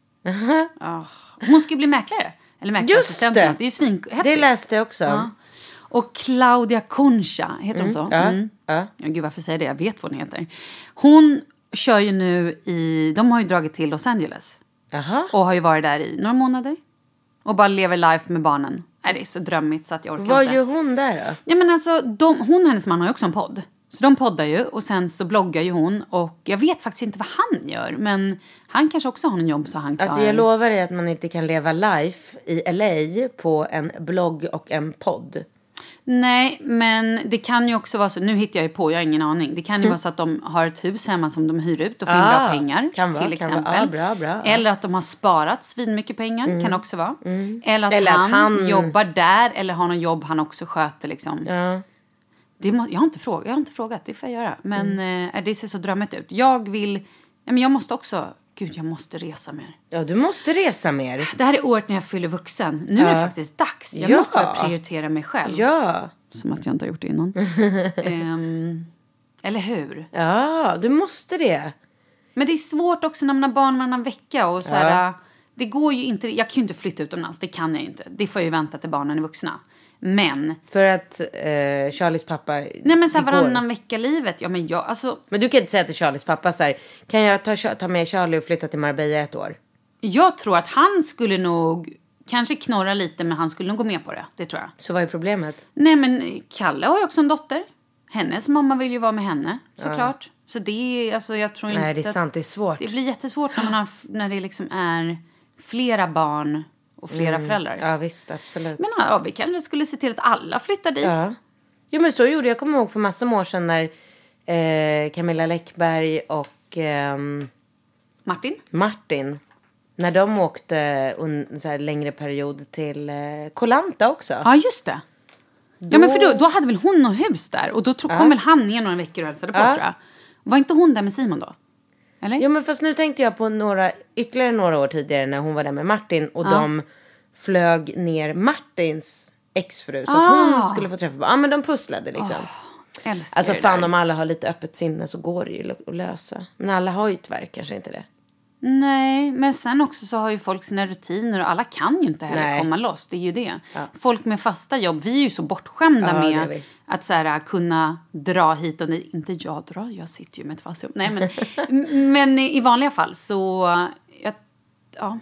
Speaker 2: Ah. Hon ska ju bli mäklare. Eller mäklarassistent.
Speaker 1: Just det!
Speaker 2: eller något. Det är ju svinhäftigt.
Speaker 1: det läste jag också.
Speaker 2: Ja. Och Claudia Concha, heter hon så?
Speaker 1: Mm.
Speaker 2: Mm.
Speaker 1: ja,
Speaker 2: Ja, Gud, varför säger jag det? Jag vet vad hon heter. Hon kör ju nu i... De har ju dragit till Los Angeles.
Speaker 1: Jaha.
Speaker 2: Och har ju varit där i några månader. Och bara lever life med barnen. Nej, det är så drömmigt så att jag orkar
Speaker 1: Vad
Speaker 2: inte.
Speaker 1: gör hon där då?
Speaker 2: Ja, men alltså, de, hon och hennes man har ju också en podd. Så de poddar ju och sen så bloggar ju hon. Och jag vet faktiskt inte vad han gör. Men han kanske också har en jobb så han klarar...
Speaker 1: Alltså jag lovar dig att man inte kan leva life i LA på en blogg och en podd.
Speaker 2: Nej, men det kan ju också vara så. Nu hittar jag ju på, jag har ingen aning. Det kan ju vara så att de har ett hus hemma som de hyr ut och får in bra
Speaker 1: Mm. Ah,
Speaker 2: pengar.
Speaker 1: kan vara,
Speaker 2: till
Speaker 1: kan vara.
Speaker 2: exempel.
Speaker 1: Ah, bra, bra, ja.
Speaker 2: Eller att de har sparat svinmycket pengar. Kan också vara. Eller, att,
Speaker 1: Mm. Eller att
Speaker 2: han
Speaker 1: han-
Speaker 2: jobbar där eller har någon jobb han också sköter. Liksom. Det må, jag, har inte frågat, jag har inte frågat, det får jag göra. Men
Speaker 1: Mm.
Speaker 2: eh, det ser så drömmigt ut. Jag vill... Nej, men jag måste också... Gud, jag måste resa mer.
Speaker 1: Ja, du måste resa mer.
Speaker 2: Det här är året när jag fyller vuxen. Nu är det faktiskt dags. Jag
Speaker 1: Ja.
Speaker 2: måste börja prioritera mig själv.
Speaker 1: Ja.
Speaker 2: Som att jag inte har gjort det innan. Ehm, eller hur?
Speaker 1: Ja, du måste det.
Speaker 2: Men det är svårt också när man har barn varannan vecka. Och så här, äh, det går ju inte, jag kan ju inte flytta utomlands, det kan jag ju inte. Det får jag ju vänta till barnen är vuxna. Men,
Speaker 1: För att eh, Charlies pappa...
Speaker 2: nej men så här,
Speaker 1: det går.
Speaker 2: varannan vecka-livet, ja men jag, alltså,
Speaker 1: Men du kan inte säga till Charlies pappa så här, kan jag ta, ta med Charlie och flytta till Marbella ett år?
Speaker 2: jag tror att han skulle nog, kanske knorra lite men han skulle nog gå med på det, det tror jag.
Speaker 1: Så vad är problemet?
Speaker 2: Nej men Kalle har ju också en dotter. Hennes mamma vill ju vara med henne såklart. Så det är, alltså jag tror inte
Speaker 1: Nej, det är
Speaker 2: att-
Speaker 1: sant, det är svårt.
Speaker 2: Det blir jättesvårt när, man har, när det liksom är flera barn och flera föräldrar.
Speaker 1: Mm. Ja, visst, absolut.
Speaker 2: Men ja, vi kanske skulle se till att alla flyttar dit.
Speaker 1: Ja. Jo men så gjorde jag. Jag kommer ihåg för massor av år sedan när eh, Camilla Läckberg och ehm,
Speaker 2: Martin?
Speaker 1: Martin, när de åkte en så här längre period till eh, Kolanta också.
Speaker 2: Ja, just det. Ja, men för då, då hade väl hon något hus där och då tro, kom väl han ner några veckor och hälsade på
Speaker 1: Ja.
Speaker 2: tror jag. Var inte hon där med Simon då? Eller?
Speaker 1: Jo men fast nu tänkte jag på några, ytterligare några år tidigare när hon var där med Martin och de flög ner Martins exfru så att
Speaker 2: Ah.
Speaker 1: hon skulle få träffa Ja men de pusslade liksom.
Speaker 2: Älskar
Speaker 1: alltså
Speaker 2: det
Speaker 1: fan
Speaker 2: där.
Speaker 1: om alla har lite öppet sinne så går det ju lo- att lösa. Men alla har ju tyvärr kanske inte det.
Speaker 2: Nej, men sen också så har ju folk sina rutiner och alla kan ju inte heller
Speaker 1: Nej.
Speaker 2: komma loss. Det är ju det. Folk med fasta jobb, vi är ju så bortskämda
Speaker 1: Ja, det är
Speaker 2: med
Speaker 1: vi.
Speaker 2: att så här, äh, kunna dra hit och dit. Inte jag drar, jag sitter ju med ett fast jobb. Nej, men, m- men i vanliga fall så... Jag, ja.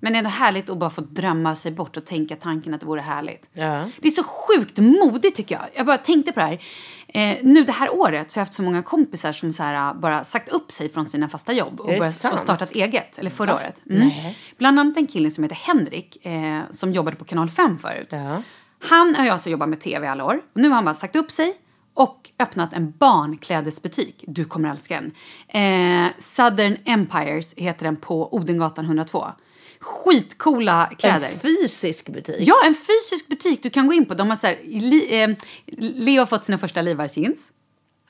Speaker 2: Men det är ändå härligt att bara få drömma sig bort och tänka tanken att det vore härligt.
Speaker 1: Ja.
Speaker 2: Det är så sjukt modigt tycker jag. Jag bara tänkte på det här. Eh, nu det här året så har jag haft så många kompisar som så här, äh, bara sagt upp sig från sina fasta jobb och,
Speaker 1: Är det
Speaker 2: börjat, och
Speaker 1: sant?
Speaker 2: startat eget. Eller förra året. Mm. Bland annat en kille som heter Henrik eh, som jobbade på Kanal 5 förut.
Speaker 1: Ja.
Speaker 2: Han har ju alltså jobbat med tv i alla år. Och nu har han bara sagt upp sig och öppnat en barnklädesbutik. Du kommer älska den. Eh, Southern Empires heter den på Odengatan 102. Skitcoola kläder.
Speaker 1: En fysisk butik.
Speaker 2: Ja, en fysisk butik du kan gå in på. De har så här, li, eh, Leo har fått sina första Levi's jeans.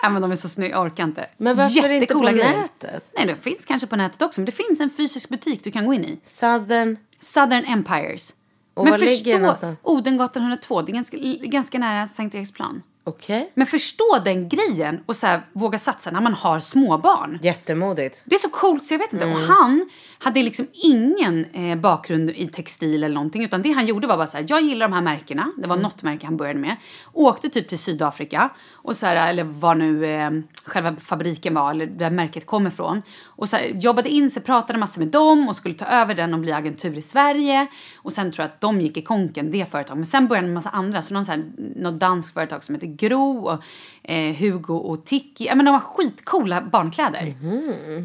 Speaker 2: Äh, men de är så snygga, jag orkar inte.
Speaker 1: Men varför inte
Speaker 2: Jättecoola
Speaker 1: på
Speaker 2: grejer.
Speaker 1: nätet?
Speaker 2: Nej, de finns kanske på nätet också. Men det finns en fysisk butik du kan gå in i.
Speaker 1: Southern.
Speaker 2: Southern Empires.
Speaker 1: Och
Speaker 2: men
Speaker 1: var ligger den
Speaker 2: förstå,
Speaker 1: någonstans?
Speaker 2: Odengatan 102, det är ganska, ganska nära Sankt Eriksplan.
Speaker 1: Okej.
Speaker 2: Men förstå den grejen och så här, våga satsa när man har småbarn.
Speaker 1: Jättemodigt.
Speaker 2: Det är så coolt så jag vet inte. Och han hade liksom ingen eh, bakgrund i textil eller någonting. Utan det han gjorde var bara så här, jag gillar de här märkena. Det var något märke han började med. Åkte typ till Sydafrika. Och så här, eller var nu eh, själva fabriken var, eller där märket kommer ifrån. Och så här, jobbade in sig, pratade massor med dem och skulle ta över den och bli agentur i Sverige. Och sen tror jag att de gick i konken, det företaget. Men sen började en massa andra. Så någon så här, något dansk företag som heter Gro och eh, Hugo och Tiki. Ja men de har skitcoola barnkläder.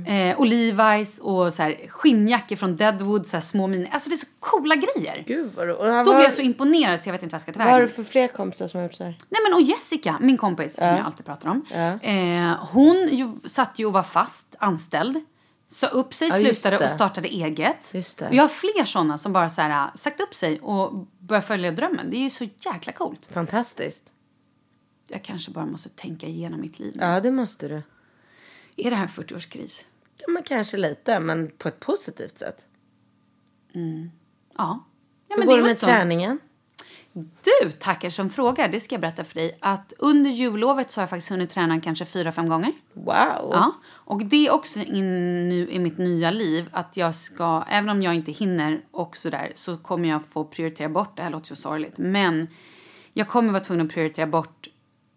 Speaker 2: Eh, och Levi's och så här, skinnjackor från Deadwood, så här, små mini... Alltså det är så coola grejer.
Speaker 1: Gud vad roligt.
Speaker 2: Då blev jag så imponerad så jag vet inte vad jag ska ta vägen.
Speaker 1: Vad har du för fler kompisar som har gjort så här?
Speaker 2: Nej men och Jessica, min kompis som jag alltid pratar om. Eh, hon ju, satt ju och var fast anställd. Sa upp sig,
Speaker 1: Ja, just
Speaker 2: slutade
Speaker 1: det.
Speaker 2: och startade eget.
Speaker 1: Just det.
Speaker 2: Och jag har fler sådana som bara så här, äh, sagt upp sig och börjar följa drömmen. Det är ju så jäkla coolt.
Speaker 1: Fantastiskt.
Speaker 2: Mm. Jag kanske bara måste tänka igenom mitt liv.
Speaker 1: Ja, det måste du.
Speaker 2: Är det här en 40-årskris?
Speaker 1: Ja, men kanske lite, men på ett positivt sätt.
Speaker 2: Ja. ja
Speaker 1: Hur
Speaker 2: men
Speaker 1: går det
Speaker 2: är väl
Speaker 1: med
Speaker 2: så.
Speaker 1: träningen?
Speaker 2: Du tackar som frågar, det ska jag berätta för dig. Att under jullovet så har jag faktiskt hunnit träna kanske fyra, fem gånger.
Speaker 1: Wow.
Speaker 2: Ja. Och det är också in nu i mitt nya liv att jag ska, även om jag inte hinner och sådär, så kommer jag få prioritera bort, det här låter ju sorgligt, men jag kommer vara tvungen att prioritera bort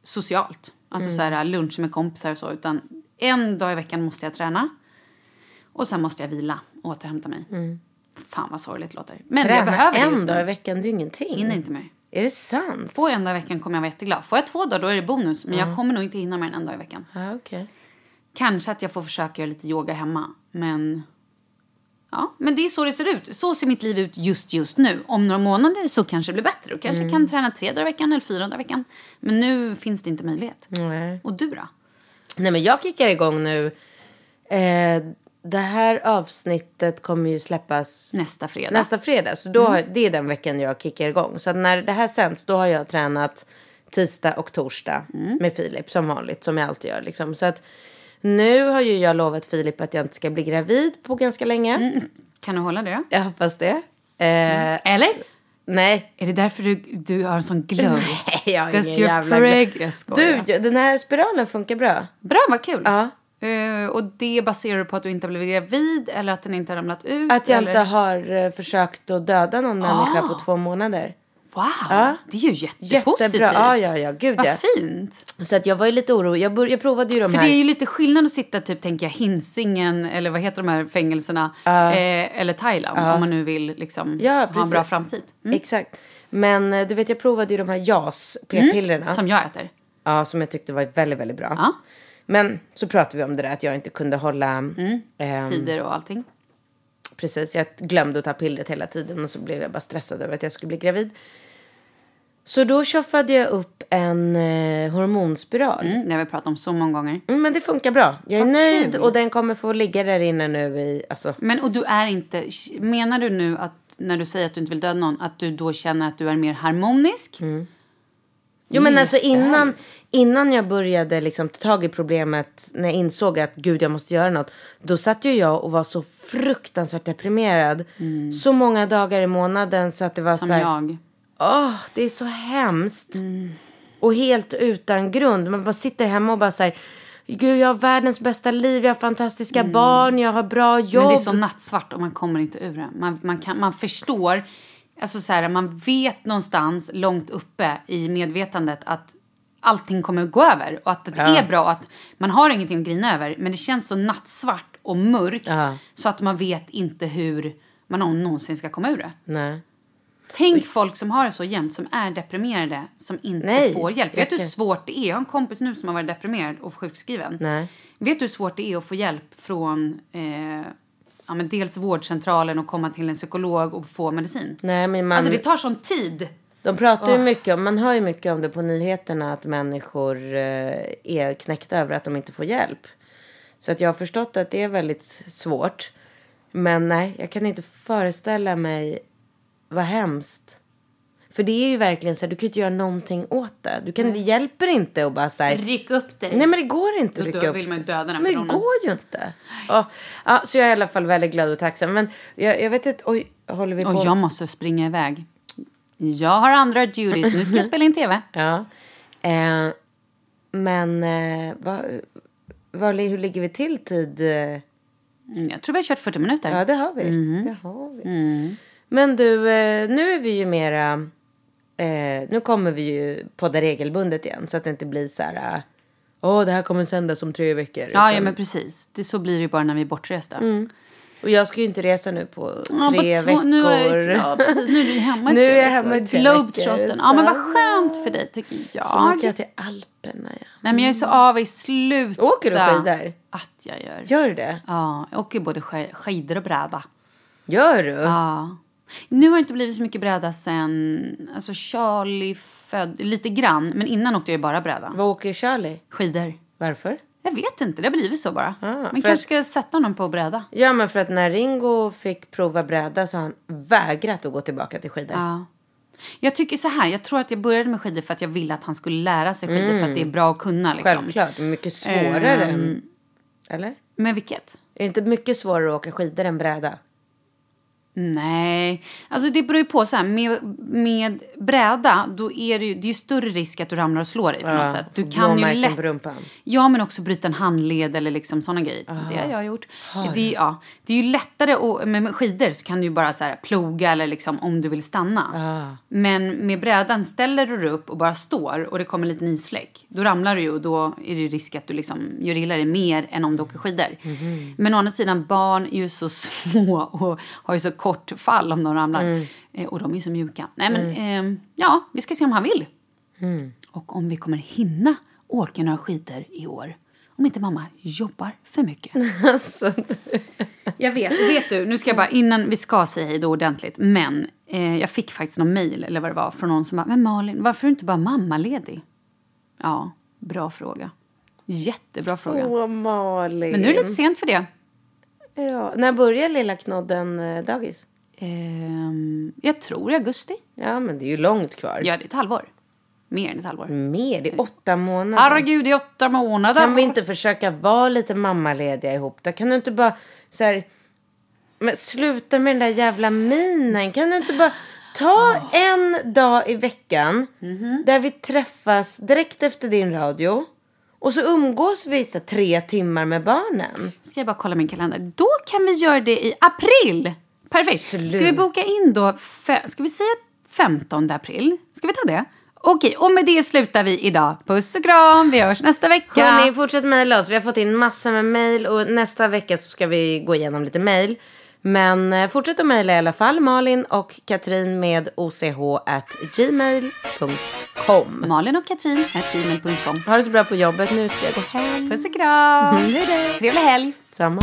Speaker 2: socialt. Alltså
Speaker 1: Mm.
Speaker 2: så här lunch med kompisar och så, utan en dag i veckan måste jag träna. Och sen måste jag vila och återhämta mig. Fan vad sorgligt det låter. Men
Speaker 1: Mm. Träna
Speaker 2: jag behöver det
Speaker 1: en
Speaker 2: just
Speaker 1: dag i
Speaker 2: nu.
Speaker 1: veckan, det är ingenting.
Speaker 2: Jag hinner inte mer.
Speaker 1: Är det sant?
Speaker 2: Får jag en dag i veckan kommer jag vara jätteglad. Får jag två dagar då är det bonus. Men jag kommer nog inte hinna med den en dag i veckan.
Speaker 1: Ja, okej.
Speaker 2: Kanske att jag får försöka göra lite yoga hemma. Men... Ja, men det är så det ser ut. Så ser mitt liv ut just just nu. Om några månader så kanske det blir bättre. Då kanske jag kan träna tre dagar i veckan eller fyra dagar i veckan. Men nu finns det inte möjlighet.
Speaker 1: Nej.
Speaker 2: Och du då?
Speaker 1: Nej, men jag kickar igång nu. Eh, det här avsnittet kommer ju släppas
Speaker 2: Nästa fredag.
Speaker 1: nästa fredag. Så då har, det är den veckan jag kickar igång. Så att när det här sänds, då har jag tränat tisdag och torsdag med Filip som vanligt. Som jag alltid gör liksom. Så att nu har ju jag lovat Filip att jag inte ska bli gravid på ganska länge.
Speaker 2: Kan du hålla det då?
Speaker 1: Jag hoppas det. Eh,
Speaker 2: Eller?
Speaker 1: Nej,
Speaker 2: Är det därför du, du har en sån glow?
Speaker 1: Nej, jag har ingen
Speaker 2: Because you're
Speaker 1: jävla
Speaker 2: preg- Jag
Speaker 1: Du,
Speaker 2: skojar.
Speaker 1: jag- den här spiralen funkar bra.
Speaker 2: Bra, vad kul.
Speaker 1: Ja.
Speaker 2: Eh, och det baserar du på att du inte har blivit gravid eller att den inte har ramlat ut?
Speaker 1: Att jag
Speaker 2: eller?
Speaker 1: inte har eh, försökt att döda någon människa på två månader.
Speaker 2: Wow,
Speaker 1: Ja.
Speaker 2: det är ju jättepositivt.
Speaker 1: Jättebra. Ja, ja, ja. Gud
Speaker 2: Vad
Speaker 1: ja.
Speaker 2: fint.
Speaker 1: Så att jag var ju lite orolig. Jag, bör, jag provade ju de
Speaker 2: För
Speaker 1: här.
Speaker 2: det är ju lite skillnad att sitta typ, tänker jag, Hinsingen eller vad heter de här fängelserna? Eh, eller Thailand om man nu vill liksom,
Speaker 1: Ja,
Speaker 2: ha en
Speaker 1: precis.
Speaker 2: bra framtid. Mm.
Speaker 1: Exakt. Men eh, du vet, jag provade ju de här JAS p-pillerna.
Speaker 2: Som jag äter.
Speaker 1: Ja, som jag tyckte var väldigt, väldigt bra.
Speaker 2: Ja.
Speaker 1: Men så pratade vi om det där att jag inte kunde hålla... ehm,
Speaker 2: Mm. Tider och allting.
Speaker 1: precis, jag glömde att ta pillret hela tiden och så blev jag bara stressad över att jag skulle bli gravid. Så då tjoffade jag upp en eh, hormonspiral.
Speaker 2: Mm, det har vi pratat om så många gånger.
Speaker 1: Mm, men det funkar bra. Jag är nöjd och den kommer få ligga där inne nu i... Alltså,
Speaker 2: Men och du är inte, menar du nu att när du säger att du inte vill döda någon att du då känner att du är mer harmonisk?
Speaker 1: Mm. Jo men alltså innan, innan jag började liksom ta tag i problemet, när jag insåg att gud jag måste göra något, då satt ju jag och var så fruktansvärt deprimerad. Så många dagar i månaden så att det var
Speaker 2: Som
Speaker 1: så här,
Speaker 2: jag.
Speaker 1: åh det är så hemskt. Och helt utan grund. Man bara sitter hemma och bara så här, gud jag har världens bästa liv, jag har fantastiska barn, jag har bra jobb.
Speaker 2: Men det är så nattsvart och man kommer inte ur det. Man, man, kan, man förstår, alltså så här, man vet någonstans långt uppe i medvetandet att allting kommer gå över och att det är bra och att man har ingenting att grina över. Men det känns så nattsvart och mörkt
Speaker 1: Ja.
Speaker 2: så att man vet inte hur man någonsin ska komma ur det.
Speaker 1: Nej.
Speaker 2: Tänk folk som har det så jämt, som är deprimerade, som inte
Speaker 1: Nej,
Speaker 2: får hjälp. Vet du hur
Speaker 1: verkligen.
Speaker 2: svårt det är? Jag har en kompis nu som har varit deprimerad och sjukskriven.
Speaker 1: Nej.
Speaker 2: Vet du hur svårt det är att få hjälp från eh, ja, men dels vårdcentralen och komma till en psykolog och få medicin?
Speaker 1: Nej men man...
Speaker 2: Alltså det tar sån tid.
Speaker 1: De pratar ju mycket om, man hör ju mycket om det på nyheterna att människor eh, är knäckta över att de inte får hjälp. Så att jag har förstått att det är väldigt svårt. Men nej, jag kan inte föreställa mig vad hemskt. För det är ju verkligen så här, du kan ju inte göra någonting åt det. Du kan, Det hjälper inte att bara säga
Speaker 2: Ryck upp dig.
Speaker 1: Nej men det går inte
Speaker 2: Då
Speaker 1: att rycka
Speaker 2: dör-
Speaker 1: upp
Speaker 2: vill man
Speaker 1: sig.
Speaker 2: döda den
Speaker 1: Men
Speaker 2: personen.
Speaker 1: det går ju inte. Ja, ja, så jag är i alla fall väldigt glad och tacksam. Men jag, jag vet inte, oj, håller vi på?
Speaker 2: Och jag måste springa iväg. Jag har andra duties. Nu ska jag spela in tv.
Speaker 1: Ja. Eh, men eh, vad, vad, hur ligger vi till tid? eh?
Speaker 2: Mm, Jag tror vi har Mm. kört 40 minuter.
Speaker 1: Ja, det har vi. Det har vi. Men du, eh, nu är vi ju mera... Eh, nu kommer vi ju podda regelbundet igen så att det inte blir så här... eh, Åh, det här kommer sändas om tre veckor.
Speaker 2: ja,
Speaker 1: Utan-
Speaker 2: ja, men precis. Det, så blir det ju bara när vi är bortresta.
Speaker 1: Mm. Och jag ska ju inte resa nu på
Speaker 2: Ja,
Speaker 1: tre
Speaker 2: på två-
Speaker 1: veckor.
Speaker 2: Nu, har jag ju- ja, precis, nu är du ju hemma i
Speaker 1: Nu
Speaker 2: tre
Speaker 1: är jag
Speaker 2: veckor.
Speaker 1: hemma i tre veckor,
Speaker 2: Globetrotten. Ja, men vad
Speaker 1: så-
Speaker 2: skönt för dig tycker
Speaker 1: Så nu
Speaker 2: jag.
Speaker 1: åker jag till Alperna. Ja.
Speaker 2: Nej, men jag är så avis. Sluta.
Speaker 1: Åker du skidor?
Speaker 2: Att jag gör.
Speaker 1: Gör du det?
Speaker 2: Ja, jag åker både sk- skidor och bräda.
Speaker 1: Gör du?
Speaker 2: Ja. Nu har det inte blivit så mycket bräda sen... Alltså Charlie född... Lite grann, men innan åkte jag ju bara bräda.
Speaker 1: Vad åker Charlie?
Speaker 2: Skidor.
Speaker 1: Varför?
Speaker 2: Jag vet inte, det har blivit så bara. men
Speaker 1: Ah, för
Speaker 2: kanske
Speaker 1: att-
Speaker 2: ska jag sätta honom på bräda.
Speaker 1: Ja, men för att när Ringo fick prova bräda så har han vägrat att gå tillbaka till skidor.
Speaker 2: Ja. Jag tycker så här, jag tror att jag började med skidor för att jag ville att han skulle lära sig skidor för att det är bra att kunna liksom.
Speaker 1: Mm, Självklart. Mycket svårare.
Speaker 2: Ehm.
Speaker 1: än- Eller?
Speaker 2: Men vilket?
Speaker 1: Är det inte mycket svårare att åka skidor än bräda?
Speaker 2: Nej, alltså det beror ju på så här, med, med bräda då är det ju, det är ju större risk att du ramlar och slår dig på något sätt. Du
Speaker 1: får
Speaker 2: kan ju
Speaker 1: blåmärken
Speaker 2: lätt
Speaker 1: på rumpan.
Speaker 2: Ja, men också bryta en handled eller liksom sådana grejer. Det har jag gjort. Det, är- ja, det är ju lättare att, men med skidor så kan du ju bara så här ploga eller liksom om du vill stanna. Men med brädan ställer du dig upp och bara står och det kommer en liten isfläck. Då ramlar du ju och då är det ju risk att du liksom gör illa dig mer än om du åker skidor. Men å andra sidan, barn är ju så små och har ju så kort fall om de ramlar. Eh, Och de är ju så mjuka. Nej men, ehm, ja, vi ska se om han vill. Och om vi kommer hinna åka några skidor i år. Om inte mamma jobbar för mycket.
Speaker 1: Alltså,
Speaker 2: Jag vet. Vet du, nu ska jag bara, innan vi ska säga hej då ordentligt. Men eh, jag fick faktiskt någon mail eller vad det var från någon som bara, men Malin, varför är du inte bara mammaledig? Ja, bra fråga. Jättebra fråga.
Speaker 1: Åh, Malin.
Speaker 2: Men nu är det lite sent för det.
Speaker 1: ja. När börjar lilla knodden eh, dagis?
Speaker 2: Ehm, jag tror i augusti.
Speaker 1: Ja, men det är ju långt kvar.
Speaker 2: Ja, det är ett halvår. Mer än ett halvår.
Speaker 1: Mer, det är åtta månader.
Speaker 2: Herregud, det är åtta månader.
Speaker 1: Mm. Kan vi inte försöka vara lite mammalediga ihop då? Kan du inte bara så här, men sluta med den där jävla minen. Kan du inte bara ta en dag i veckan där vi träffas direkt efter din radio och så umgås vi så här, tre timmar med barnen.
Speaker 2: Ska jag bara kolla min kalender. Då kan vi göra det i april! Perfekt. Ska vi
Speaker 1: Slut.
Speaker 2: boka in då, fe- ska vi säga 15 april? Ska vi ta det? Okej, och med det slutar vi idag. Puss och kram, vi hörs nästa vecka.
Speaker 1: Hörni, fortsätt mejla oss. Vi har fått in massor med mejl och nästa vecka så ska vi gå igenom lite mejl. Men eh, fortsätt att mejla i alla fall. Malin och Katrin med och
Speaker 2: Malin och Katrin, gmail.com.
Speaker 1: Ha det så bra på jobbet. Nu ska jag gå hem.
Speaker 2: Puss och kram!
Speaker 1: Hej då.
Speaker 2: Trevlig helg!
Speaker 1: Samma.